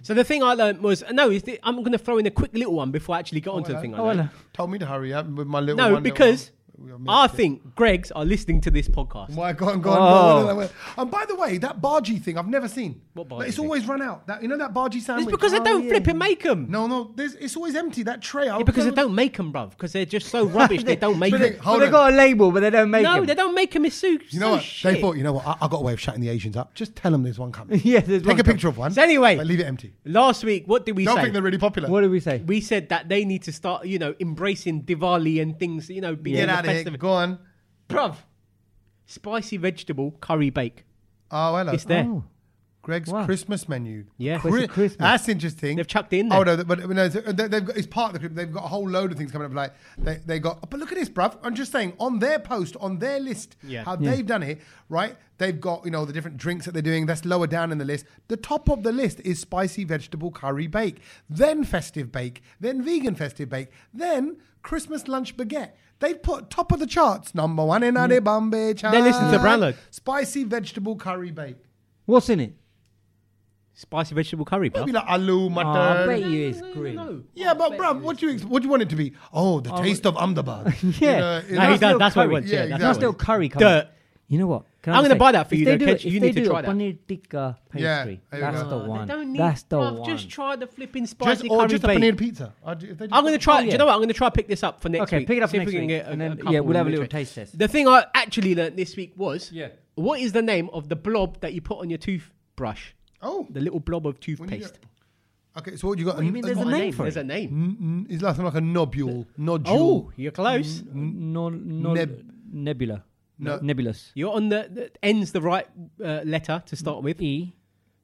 C: So the thing I learned was no. Is the, I'm going to throw in a quick little one before I actually get onto the
A: hello.
C: thing. I
B: Oh,
C: learned.
B: hello.
A: Told me to hurry up with my little.
C: No,
A: one little
C: because
A: one. we are
C: I
A: mixed.
C: think Greg's are listening to this podcast.
A: My God, God,
B: Oh.
A: no, no, no, no. And by the way, that bargee thing I've never seen.
C: What
A: Like,
C: bargee
A: It's
C: thing?
A: always run out. That you know that bargee sandwich.
C: It's because they
B: Oh,
C: don't
B: yeah.
C: flip and make them.
A: no, no, there's, it's always empty. That tray. I
C: Yeah, because they don't make them, bruv. Because they're just so rubbish. they don't make
A: But
C: them.
A: they- Hold
B: they
A: on.
B: got a label, but they don't make
C: No,
B: them.
C: they don't make them. It's so,
A: You know
C: so
A: what?
C: Shit.
A: They thought. You know what? I, I got a way of shutting the Asians up. Just tell them there's one coming.
B: Yeah, there's
A: Take
B: one
A: a
B: coming.
A: picture of one.
C: So anyway-
A: and leave it empty.
C: Last week, what did we
A: Don't
C: say?
A: think they're really popular.
B: What did we say?
C: we said that they need to start, you know, embracing Diwali and things, you know, being
A: Get
C: a
A: out of here.
C: festive.
A: Go on.
C: Bruv, spicy vegetable curry bake.
A: Oh, hello.
C: It's there.
B: Oh.
A: Greg's
B: Wow.
A: Christmas menu.
C: Yeah.
A: Chri-
B: Christmas, Christmas.
A: That's interesting.
C: They've chucked it in
A: Oh
C: there.
A: no, but but no, they- they've got it's part of the. They've got a whole load of things coming up. Like they they got. But look at this, bruv. I'm just saying on their post, on their list,
C: Yeah.
A: how
B: Yeah.
A: they've done it. Right, they've got you know the different drinks that they're doing. That's lower down in the list. The top of the list is spicy vegetable curry bake, then festive bake, then vegan festive bake, then Christmas lunch baguette. They've put top of the charts number one in Bombay.
C: They listen Mm. to Branlad.
A: Spicy vegetable curry bake.
B: What's in it?
C: Spicy vegetable curry, bruv.
A: Maybe like aloo
B: Oh,
A: mutton.
B: I bet you it's grim.
A: Yeah, but bruv, what do you ex- what do you want it to be? Oh, the taste of Ahmedabad. you know,
B: Yeah. No,
C: No,
B: That's
C: he does.
B: still
C: That's what he
B: curry.
C: wants.
A: Yeah,
C: Yeah, that's
A: exactly.
B: That's
C: what he
B: still
C: wants.
B: curry coming.
C: Dirt.
B: You know what? Can I
C: I'm
B: just
C: gonna
B: say,
C: buy that for
B: if
C: you
B: they
C: though,
B: do-
C: Kedge.
B: if
C: You
B: they
C: need to
B: do
C: try
B: a
C: that.
B: paneer tikka
A: Yeah,
B: pastry.
A: there you
B: that's
A: go.
B: the
A: Oh,
B: one.
C: They don't need,
B: that's the
C: bruv,
B: one.
C: Just try the flipping spicy
A: Just, or
C: curry
A: just a
C: bake.
A: paneer pizza. I do- if they Oh, do-
C: I'm going to try.
B: Oh, yeah.
C: Do you know what? I'm going to try to pick this up for next
B: Okay,
C: week.
B: pick it up
C: See if
B: next
C: we can
B: week,
C: get a-
B: and
C: a
B: then,
C: couple
B: yeah, we'll have a
C: in the
B: little
C: tray.
B: taste test.
C: The thing I actually learnt this week was
B: Yeah.
C: what is the name of the blob that you put on your toothbrush?
A: Oh,
C: The little blob
A: when
C: of
A: you
C: toothpaste.
A: go- okay. So what you got?
B: do you mean there's a
A: got
B: name for
C: There's
B: it?
C: a name.
A: N- n- Mm, It's like like a nobule, nodule.
C: Oh, you're close.
B: No, no,
A: Neb-
B: nebula.
A: No.
B: Nebulous.
C: You're on the, the ends the right uh, letter to start with.
B: E.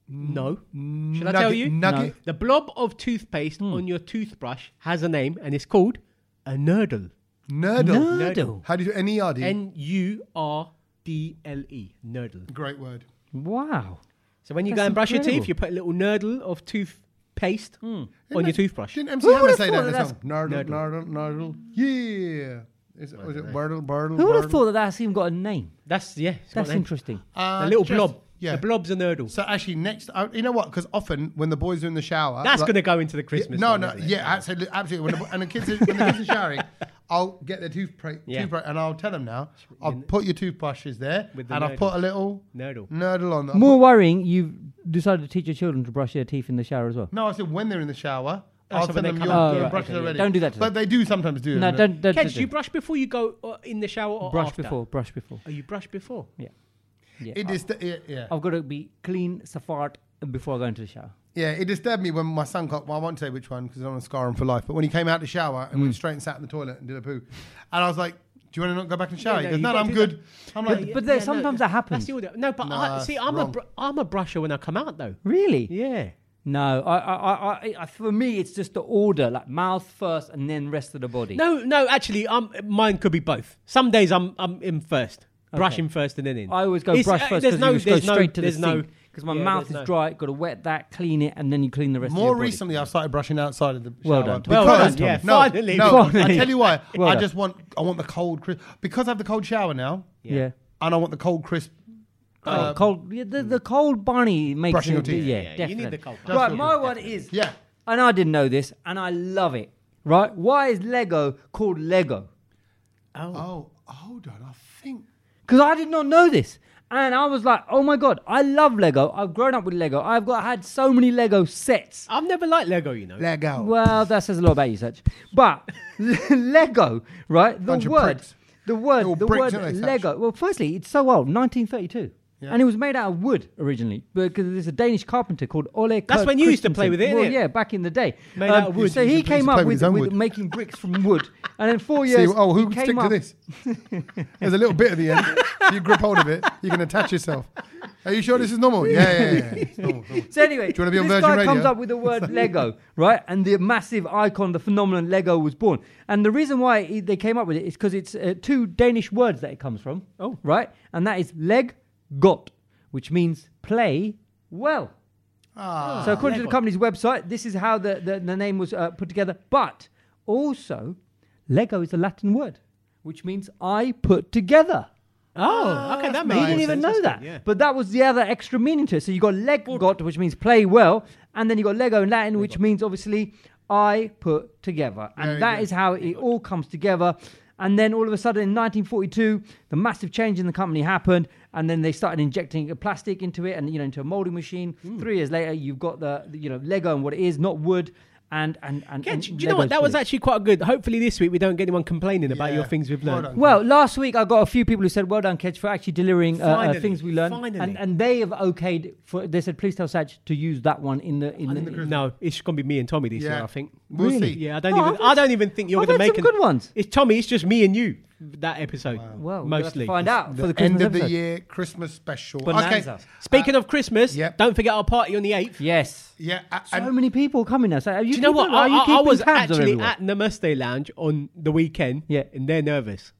C: No. Should I
A: Nugget-
C: tell you?
A: Nugget.
C: The blob of toothpaste
B: Hmm.
C: on your toothbrush has a name, and it's called a nurdle.
A: Nerdle.
B: Nurdle.
A: How do you? N e r d.
C: N U R D L E. Nurdle.
A: Great word.
B: Wow.
C: So when you go
B: That's
C: and brush your
B: incredible.
C: teeth, you put a little nurdle of toothpaste
B: Hmm.
C: on
A: Didn't
C: your
A: it-
C: toothbrush.
A: Didn't MC
B: Who
A: Hammer
B: would've
A: say
B: thought
A: that? in
B: that
A: the song?
B: that's-
A: Nerdle, nerdle, nerdle. Yeah. Is, was it Birdle, Birdle?
B: Who would have thought that that's even got a name?
C: That's yeah. it's got
B: That's
C: a name.
B: interesting.
A: Uh,
C: The little
A: just-
C: blob.
A: Yeah.
C: The blob's a nurdle.
A: So actually, next, uh, you know what? Because often when the boys are in the shower,
C: That's
A: like-
C: going to go into the Christmas.
A: No,
C: one,
A: no,
C: isn't it?
A: yeah, absolutely, absolutely. When the, and the kids, are, when the kids are showering, I'll get their toothbrush,
C: Yeah.
A: toothbrush, and I'll tell them now. I've put your toothbrushes there,
C: With the
A: and I've put a little
C: Nurdle.
A: nurdle on them.
B: More worrying, you've decided to teach your children to brush their teeth in the shower as well.
A: No, I said when they're in the shower,
C: Oh,
A: I'll
C: so
A: tell
C: when
A: them
C: they
A: your,
C: come out.
A: your
C: Oh, right,
A: brushes
C: okay,
A: are
C: yeah.
A: ready.
B: Don't do that to
A: But they do sometimes do.
B: No,
A: it?
B: don't, don't,
C: Kedge,
B: do
C: you
B: that.
C: brush before you go uh, in the shower or
B: brush
C: after?
B: before, brush before.
C: Oh, you brush before.
B: Yeah. Yeah.
A: It dis- yeah, yeah.
B: I've got to be clean, safart before I go into the shower.
A: yeah, it disturbed me when my son got. Well, I won't say which one because I don't want to scar him for life. But when he came out the shower and
B: Mm.
A: went straight and sat in the toilet and did a poo, and I was like, "Do you want to not go back and shower?"
C: no,
A: he goes,
C: you
A: "No, no
C: gotta
A: I'm
C: do
A: good." I'm like,
B: But there- sometimes that happens.
C: That's the order. No, but
A: Nah,
C: I, see,
A: it's
C: I'm a
A: wrong.
C: br- I'm a brusher when I come out though.
B: Really?
C: Yeah.
B: No, I, I, I, I- I, for me, it's just the order, like mouth first and then rest of the body.
C: No, no. Actually, um, mine could be both. Some days I'm I'm in first, brush in first, and then in.
B: I always go
C: It's-
B: brush
C: uh,
B: first
C: there's
B: because
C: no-
B: you just go
C: there's no-
B: straight to the
C: there's no-
B: sink because my
C: yeah,
B: mouth is
C: there's no-
B: dry. Got to wet that, clean it, and then you clean the rest.
A: More
B: of your
A: recently, I've started brushing outside of the
B: Well
A: shower.
B: done, Tom.
A: Because-
C: Well done, yeah,
A: No,
C: finally.
A: no,
B: Finally.
A: I tell you why.
B: Well
A: I
B: done.
A: just want I want the cold crisp because I have the cold shower now,
B: Body. Yeah.
A: and I want the cold crisp.
B: Cold,
A: uh,
B: cold, yeah, the, the
C: mm.
B: cold bunny makes
A: Brushing
B: it,
A: your teeth.
B: Yeah,
C: Yeah, yeah, you
B: definitely.
C: need the cold
A: bunny.
B: Right,
A: That's
B: my one is,
A: Yeah,
B: and I didn't know this, and I love it. Right, why is Lego called Lego?
A: Oh, hold on. I think.
B: because I did not know this. And I was like, oh my god, I love Lego. I've grown up with Lego. I've got had so many Lego sets.
C: I've never liked Lego, you know.
A: Let go.
B: Well, that says a lot about you, Sach. But Lego, right? The
A: Bunch of
B: word,
A: pricks.
B: the word,
A: Little
B: the
A: pricks,
B: word
A: aren't they, Sach?
B: Lego. Well, firstly, it's so old, 1932.
A: Yeah.
B: And it was made out of wood originally because there's a Danish carpenter called Ole.
C: That's
B: Kirk
C: when you used to play
B: Christensen.
C: with it,
B: Well,
C: innit?
B: yeah, back in the day. Um,
C: Made out of wood.
B: So
A: He
B: he
A: used to play
B: came up
A: with
B: with,
A: his own
B: with
A: wood.
B: making bricks from wood, and then four
A: See,
B: years.
A: oh, who can
B: he came
A: stick to
B: up-
A: this? There's a little bit at the end. If you grip hold of it, you can attach yourself. Are you sure this is normal? Yeah, yeah, yeah. It's normal, normal.
B: So anyway,
A: you wanna be on
B: this
A: Virgin
B: guy
A: Radio?
B: comes up with the word Lego, right? And the massive icon, the phenomenon Lego was born. And the reason why he- they came up with it is because it's uh, two Danish words that it comes from.
C: Oh.
B: right, and that is leg got, which means play well.
A: Ah,
B: So according to the
C: Lego.
B: company's website, this is how the the, the name was uh, put together. But also, Lego is a Latin word, which means I put together.
C: Oh, okay, that
A: that's
C: makes.
B: He
A: nice. Right,
B: didn't
C: more
A: so
B: even
C: sense.
B: know
C: That's
B: that.
C: good, yeah.
B: But that was the other extra meaning to it. So you got leg got, which means play well, and then you got Lego in Latin, which means obviously I put together. And
A: Very
B: that
A: good.
B: is how it all comes together. And then all of a sudden in 1942, the massive change in the company happened, and then they started injecting plastic into it, and you know into a molding machine.
C: Hmm.
B: Three years later, you've got the, the, you know Lego and what it is, not wood. And and and,
C: Yeah,
B: and
C: do you know
B: Lego's
C: what? That was
B: brilliant.
C: actually quite good. Hopefully this week we don't get anyone complaining about
A: Yeah.
C: your things we've
A: Well
C: learned.
A: done.
B: Well, last week I got a few people who said, "Well done, Kedge, for actually delivering uh, uh,
C: Finally,
B: things we learned,"
C: finally.
B: and and they have okayed for. They said, "Please tell Saj to use that one in the in, the,
C: no, it's gonna be me and Tommy this
A: Yeah.
C: year. I think.
A: We'll Really? see.
C: Yeah, I don't
B: Oh,
C: even.
B: I've
C: I don't even think you're
B: I've
C: gonna
B: had
C: make
B: some
C: an-
B: good ones.
C: It's Tommy. It's just me and you that episode.
B: Well, we'll have to
C: mostly.
B: find out for the, Christmas
A: Ah, end of the
B: episode.
A: year Christmas special.
B: Bonanza.
A: Okay.
C: Speaking of Christmas,
A: yep.
C: don't forget our party on the eighth.
B: Yes,
A: Yeah. a-
B: so
A: and-
B: many people coming now. So are you
C: Do you know
B: keeping-
C: what?
B: Are
C: I,
B: you
C: I, I
B: keeping
C: was
B: tabs on
C: actually
B: everyone?
C: at Namaste Lounge on the weekend.
B: Yeah.
C: and they're nervous.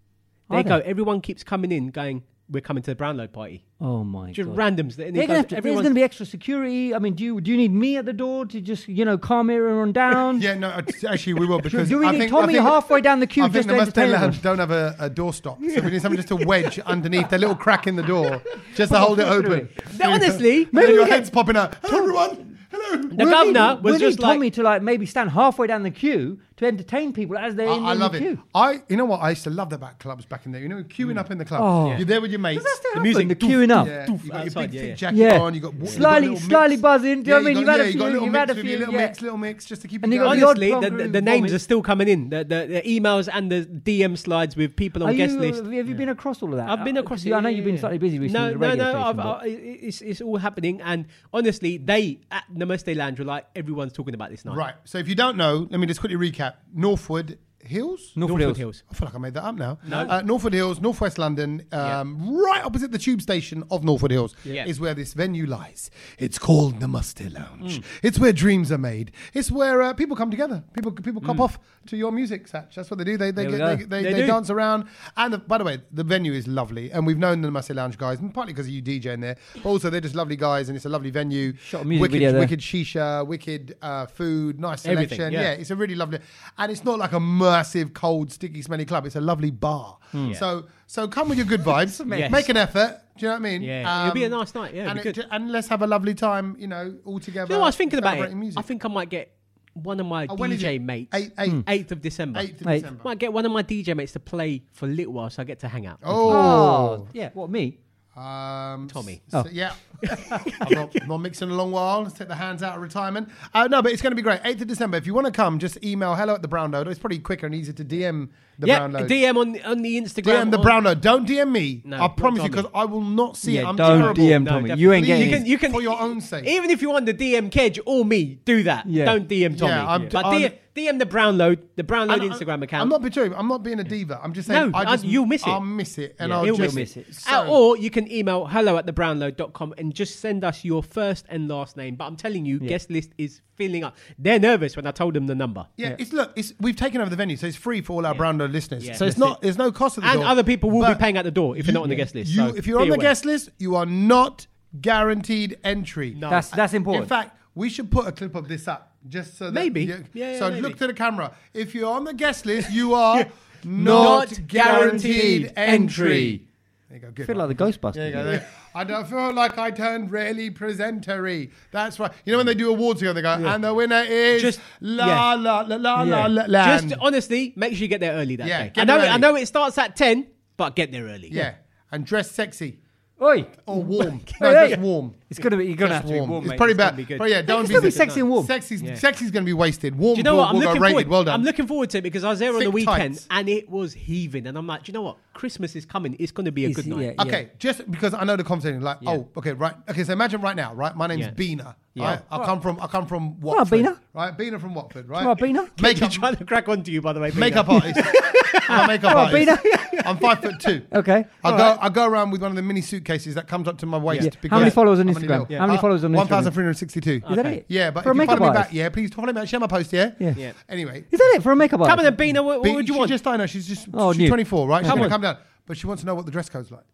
B: Are
C: They go.
B: they?
C: Everyone keeps coming in, going. We're coming to the Brownlow party.
B: Oh my
C: Just
B: god!
C: randoms. And
B: They're
C: he
B: gonna
C: goes,
B: have to, there's
C: everyone's-
B: going to be extra security. I mean, do you do you need me at the door to just you know calm everyone down?
A: yeah, no, it's- actually we will because
B: do we
A: I
B: need
A: think,
B: Tommy
A: I think,
B: halfway down the queue
A: I think
B: just
A: the
B: to entertain
A: Mustang
B: everyone?
A: Lounge don't have a, a doorstop, so we need something just to wedge underneath a little crack in the door just to hold it
B: foot through
A: open.
B: it.
C: No, honestly,
A: And then
B: we
A: your
B: get-
A: head's popping out. Hello, everyone. Hello.
C: the
B: We'll need-
C: governor was
B: we'll
C: just
B: need Tommy
C: like,
B: to like maybe stand halfway down the queue to entertain people as they're
A: I,
B: in,
A: I
B: in
A: love
B: the
A: it.
B: queue.
A: I, you know what? I used to love that about clubs back in there. You know, queuing up in the club.
B: Oh.
A: You're there with your mates.
B: Does that still happen?
C: music,
B: the
C: doof,
B: queuing up.
A: Yeah,
C: Doof
A: you got your
C: outside,
A: big
C: yeah,
A: thick
C: yeah.
A: jacket
B: Yeah.
A: on. You got you've
B: Slightly-
A: got little
B: slightly
A: mix.
B: buzzing, do you know what I mean?
A: you
B: You've
A: got-
B: had a
A: yeah, you got
B: few,
A: little
B: you've
A: mix
B: had a
A: with your
B: few,
A: little
B: yeah.
A: mix, little mix, just to keep
B: And
A: you
B: you got
A: going.
B: the odd
C: honestly, the,
B: plonker
C: the,
B: who
C: the names
B: vomits.
C: are still coming in. The, the, the emails and the DM slides with people on
B: Are
C: guest
B: you,
C: list.
B: Have you been across all of that?
C: I've been
B: Uh,
C: across.
B: you- I know
C: yeah,
B: you've been
C: yeah,
B: slightly
C: yeah.
B: busy recently.
C: No,
B: with the radio
C: no, no.
B: station,
C: I've,
B: but-
C: I, it's it's all happening, and honestly, they at Namaste Lounge were like, everyone's talking about this night.
A: Right. So if you don't know, let me just quickly recap. Northwood Hills.
B: Northwood
C: Northwood
B: Hills.
C: Hills.
A: I feel like I made that up now. No. Uh, Northwood Hills, northwest London, um, right opposite the tube station of Northwood Hills
C: Yeah.
A: is where this venue lies. It's called the Musty Lounge. It's where dreams are made. It's where uh, people come together. People people cop off to your music, Satch. That's what they do. They they
B: There we
A: get, they,
B: go.
A: they,
C: They
A: they
C: do.
A: dance around. And the, by the way, the venue is lovely, and we've known the Musty Lounge guys, and partly because of you DJing there. But also, they're just lovely guys, and it's a lovely venue.
B: Shot a music
A: wicked,
B: video there.
A: wicked shisha, wicked uh, food, nice
C: Everything,
A: selection.
C: yeah.
A: yeah, it's a really lovely, and it's not like a massive, cold, sticky, smelly club. It's a lovely bar. So, so come with your good vibes.
C: Hmm. Yes.
A: Make an effort. Do you know what I mean? Um,
C: Yeah. It'll be a nice night, yeah, it'll
A: and,
C: be
A: it-
C: good.
A: and let's have a lovely time. You know, all together.
C: You know what I was thinking about it.
A: celebrating Music.
C: I think I might get one of my
A: Oh, when is
C: DJ
A: it?
C: mates. Hmm.
A: Eight- eight-
C: eighth of December.
A: eighth of
B: Eight.
A: December.
C: Might get one of my DJ mates to play for a little while, so I get to hang out.
A: Oh,
B: Oh, yeah. What me?
A: Um,
C: Tommy.
A: s- yeah.
C: Oh.
A: I'm, not, I'm not mixing a long while. Let's take the hands out of retirement. Uh, no, but it's going to be great. 8th of December. If you want to come, just email hello at the Brown Load. It's probably quicker and easier to DM the
C: yeah,
A: Brown Load.
C: DM on on the Instagram.
A: DM the
C: on-
A: brown note. Don't DM me.
C: oh. No,
A: I
C: not
A: promise you,
C: Tommy.
A: because I will not see it.
B: Yeah,
A: I'm
B: don't
A: terrible.
B: DM Tommy.
C: definitely.
B: You ain't getting
A: Please.
B: it.
C: You can, you can, e-
A: For your own sake.
C: Even if you want the DM Kedge or me, do that.
B: Yeah.
C: Don't DM Tommy.
A: Yeah, I'm-
C: but
A: I'm-
C: DM, DM the Brownload, the
A: And
C: Brownload
A: I-
C: Instagram account.
A: I'm not betraying. I'm not being a diva. I'm just saying.
C: No,
A: I
C: I-
A: just,
C: you'll miss it.
A: I'll miss it, and
C: Yeah,
A: I'll
C: you'll
A: just,
C: miss it.
A: So-
C: Uh, or you can email hello at thebrownload.com and just send us your first and last name. But I'm telling you, guest list is filling up. They're nervous when I told them the number.
A: yeah, it's look. It's we've taken over the venue, so it's free for all our brown note listeners.
C: Yeah.
A: so it's
C: That's
A: not.
C: it.
A: There's no cost to the
C: And
A: door.
C: other people will
A: But
C: be paying at the door if you're not on the guest list.
A: You,
C: so
A: if you're
C: be
A: on the
C: aware.
A: guest list, you are not guaranteed entry. No.
B: That's that's important.
A: In fact, we should put a clip of this up just so that
C: Maybe.
A: you-
C: Yeah, yeah,
A: so
C: maybe.
A: look to the camera. If you're on the guest list, you are not,
C: Not
A: guaranteed
C: guaranteed
A: entry.
C: entry.
A: There you go. Good.
B: I feel
A: one.
B: like the Ghostbusters.
A: There you go. There. I don't feel like I turned really presentery. That's right. You know when they do awards here, they go, and the winner is
C: Just-
A: la,
C: yeah.
A: la la la
B: Yeah.
A: la la land.
C: Just honestly, make sure you get there early that
A: Yeah,
C: day.
A: get
C: I know,
A: there
C: I
A: early.
C: know it starts at 10, but get there early.
A: yeah, and dress sexy
B: Oi,
C: Oh
A: or warm. no,
B: Hey, hey.
A: just warm.
B: it's gonna be. You're gonna
A: Just
B: have to be
A: warm.
B: warm.
A: it's
B: mate.
A: probably
C: gonna
A: bad.
C: be good.
A: Probably, yeah,
B: They
A: don't
B: can
A: be
B: still be
A: sexy.
B: sexy and warm.
A: Sexy's, sexy's going to be wasted. Warm
C: Do you know what? I'm
A: will
C: looking,
A: go rated.
C: forward,
A: Well done.
C: I'm looking forward to it because I was there on
A: Thick
C: the weekend
A: tights.
C: and it was heaving. And I'm like, do you know what? Christmas is coming. It's going to be a
B: Is-
C: good night.
B: yeah.
A: Okay, just because I know the conversation. Like, oh, okay, right. Okay, so imagine right now, right? My name's
C: Yeah.
A: Bina.
C: Yeah.
A: Right? I come from I come from
B: on,
A: Watford.
B: Bina.
A: Right, Bina from Watford. Right,
B: Come on, Bina.
C: You're
A: Makeup
C: trying to crack onto you, by the way. Peter.
A: makeup artist. I'm a makeup
B: on,
A: artist. I'm five foot two.
B: Okay.
A: I
B: All
A: go
B: right.
A: I go around with one of the mini suitcases that comes up to my waist.
B: Yeah. How
A: because-
B: many followers on Instagram?
A: little-
B: How many followers on Instagram?
A: Uh, One thousand three hundred sixty-two.
B: Is that it?
A: Yeah, but
B: for
A: if
B: a
A: you
B: makeup
A: follow me
B: artist.
A: back, yeah, please follow me back. Share my post, yeah.
B: Yeah.
C: Yeah.
A: Anyway,
B: Is that it for a makeup artist?
C: Come on then, Bina. What, what would you
A: she
C: want?
A: just I know she's just
B: Oh,
A: she's
B: new.
A: 24, right? She's
C: Come
A: gonna
C: on.
A: come down, but she wants to know what the dress code's like.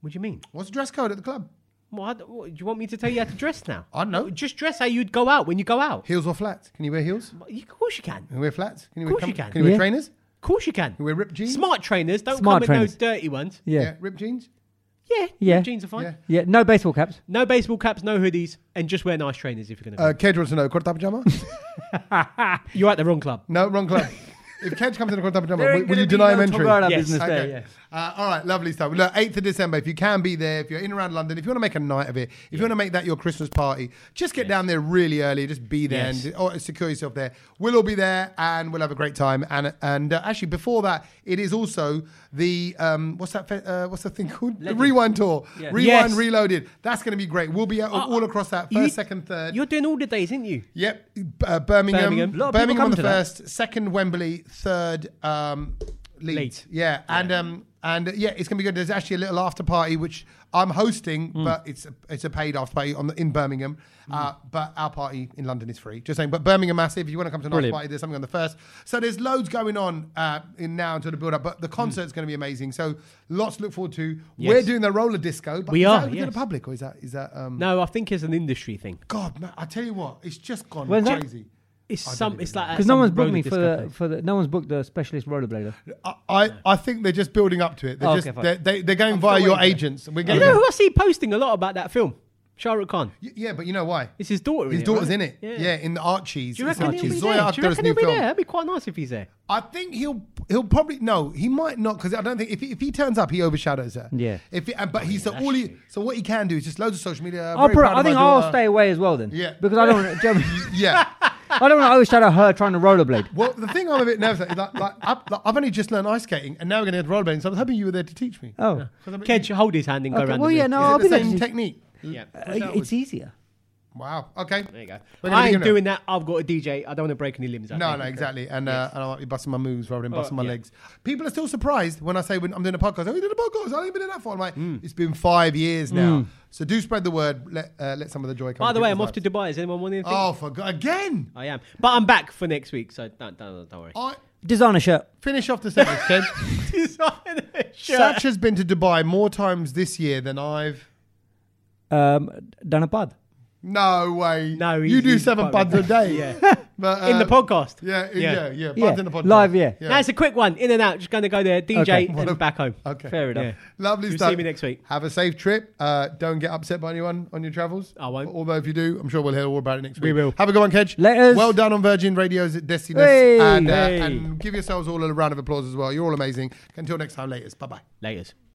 C: What do you mean?
A: What's the dress code at the club?
C: What, what, do you want me to tell you how to dress now?
A: I know.
C: Just dress how you'd go out when you go out.
A: Heels or flats? Can you wear heels?
C: You- Of course you can.
A: Can you wear flats? Can you
C: Of
A: wear
C: course you can.
A: Can you wear
B: Yeah.
A: trainers?
C: Of course you can.
A: Can you wear ripped jeans?
C: Smart trainers. Don't
B: Smart
C: come
B: trainers.
C: with no dirty ones.
B: Yeah.
A: ripped jeans.
C: Yeah.
B: Yeah.
C: Jeans are fine.
A: Yeah.
B: Yeah. No baseball caps.
C: No baseball caps, no hoodies, and just wear nice trainers if you're going to.
A: Uh, Kedge wants to know, corta pajama?
C: You're at the wrong club.
A: no, wrong club. if Kedge comes in a Dumpa
B: There
A: Dumpa, will,
B: ain't
A: will
B: gonna
A: you
B: be
A: deny
B: no
A: him entry?
B: Tongarana
C: Yes.
B: business there,
A: Okay.
B: yeah.
A: Uh, all right, lovely stuff. Look, 8th of December, if you can be there, if you're in and around London, if you want to make a night of it, if you want to make that your Christmas party, just get down there really early, just be there
C: Yes.
A: and or secure yourself there. We'll all be there and we'll have a great time. And and uh, actually, before that, it is also the, um, what's that, fe- uh, what's the thing called? The
B: Legend.
A: Rewind Tour.
B: Yeah. Oh,
A: Rewind
C: Yes.
A: Reloaded. That's going to be great. We'll be out all, all across that first,
C: You-
A: second, third.
C: You're doing all the days, aren't you?
A: Yep, uh, Birmingham.
C: Birmingham.
B: A lot of people
A: Birmingham on
B: come
A: the
B: to that.
A: first, second Wembley, third um, Leeds.
C: Leeds.
A: Yeah, and um, and uh, yeah, it's gonna be good. There's actually a little after party which I'm hosting,
C: Mm.
A: but it's a, it's a paid after party on the, in Birmingham. Uh, but our party in London is free. Just saying. But Birmingham massive. If you want to come to an after
C: Brilliant.
A: party, there's something on the first. So there's loads going on uh, in now until the build up. But the concert's going to be amazing. So lots to look forward to. We're
C: Mm. Yes.
A: doing the roller disco. But
C: We
A: is That
C: are,
A: open to the
C: yes.
A: public or is that is that um,
C: No, I think it's an industry thing.
A: God, man, I tell you what, it's just gone
B: When's that?
A: crazy.
C: It's
A: I don't
C: some.
A: even
C: It's
A: know.
C: like at
B: Because no
C: some
B: one's booked
C: roller
B: me for
C: disco
B: the,
C: place.
B: for the no one's booked the specialist rollerblader.
A: I, I, I think they're just building up to it. They're
B: Oh,
A: just
B: okay, fine.
A: they're, they, they're going via your
B: waiting.
A: agents. We're
C: You
A: getting
C: know who I see posting a lot about that film? Shah Rukh Khan.
A: Y- yeah, but you know why?
C: It's his daughter.
A: His
C: in
A: daughter's
C: it, right?
A: in it. Yeah. in the Archies.
C: Do you reckon he'll be
A: Archie's.
C: there?
A: Zoya
C: Do you
A: Akhtar's
C: reckon
A: new
C: he'll be
A: film.
C: there? That'd be quite nice if he's there.
A: I think he'll he'll probably no. He might not because I don't think if he, if he turns up, he overshadows her.
B: Yeah.
A: If he, uh, but
C: Oh,
A: he's so all he, so what he can do is just loads of social media.
B: I'll
A: very
B: pro-
A: proud
B: I
A: of my
B: think I'll
A: daughter.
B: stay away as well then.
A: Yeah.
B: Because I don't want to.
A: Yeah.
B: I don't want to overshadow her trying to rollerblade.
A: Well, the thing I'm a bit nervous at is like, like, I've, like I've only just learned ice skating and now we're going to get rollerblading. So I was hoping you were there to teach me.
B: Oh.
A: 'Cause I'm-
C: Kedge, hold his hand and go
B: Okay,
C: around.
B: well,
C: the
B: yeah,
C: room.
B: no,
A: Is
B: I'll
A: it
B: be
A: the
B: there.
A: same technique?
C: Yeah.
B: Uh, it's easier.
A: Wow. Okay. There
C: you go.
A: We're gonna
C: I
A: be
C: ain't
A: doing that.
C: doing that. I've got a DJ. I don't want to break any limbs. I
A: No,
C: think.
A: no, exactly. And, uh, and I might be busting my moves rather than busting my
C: Oh, yeah.
A: legs. People are still surprised when I say when I'm doing a podcast. Oh, you did a podcast. I ain't been doing that for. I'm like,
C: Mm.
A: it's been five years now. So do spread the word. Let uh, let some of the joy come.
C: By the
A: to
C: way, I'm
A: people's
C: off to
A: lives.
C: Dubai. Is anyone wanting anything?
A: Oh, for God. Again.
C: I am. But I'm back for next week, so don't, don't, don't worry.
A: I
B: Designer shirt.
A: finish off the sentence, Ken. Satch has been to Dubai more times this year than I've.
B: Um, done a pod.
A: No way.
C: No, he's-
A: you do
C: he's
A: seven
C: quite
A: puns a day.
C: Yeah.
A: But,
C: in the
A: uh,
C: podcast.
A: Yeah, yeah,
C: Yeah.
A: yeah. yeah. Puns
B: Yeah.
A: in the podcast.
B: Live, yeah.
C: That's a quick one. In and out. Just going to go there, DJ,
B: Okay.
C: and back home.
A: Okay.
B: Fair enough.
C: Yeah.
A: Lovely
C: You'll
A: stuff.
C: see me next week.
A: Have a safe trip. Uh, don't get upset by anyone on your travels.
C: I won't.
A: Although if you do, I'm sure we'll hear all about it next week.
C: We will.
A: Have a good one, Kedge.
B: Laters.
A: Well done on Virgin Radio's Destiny.
B: Hey.
A: And, uh,
C: Hey.
A: and give yourselves all a round of applause as well. You're all amazing. Until next time, laters. Bye bye.
C: Laters.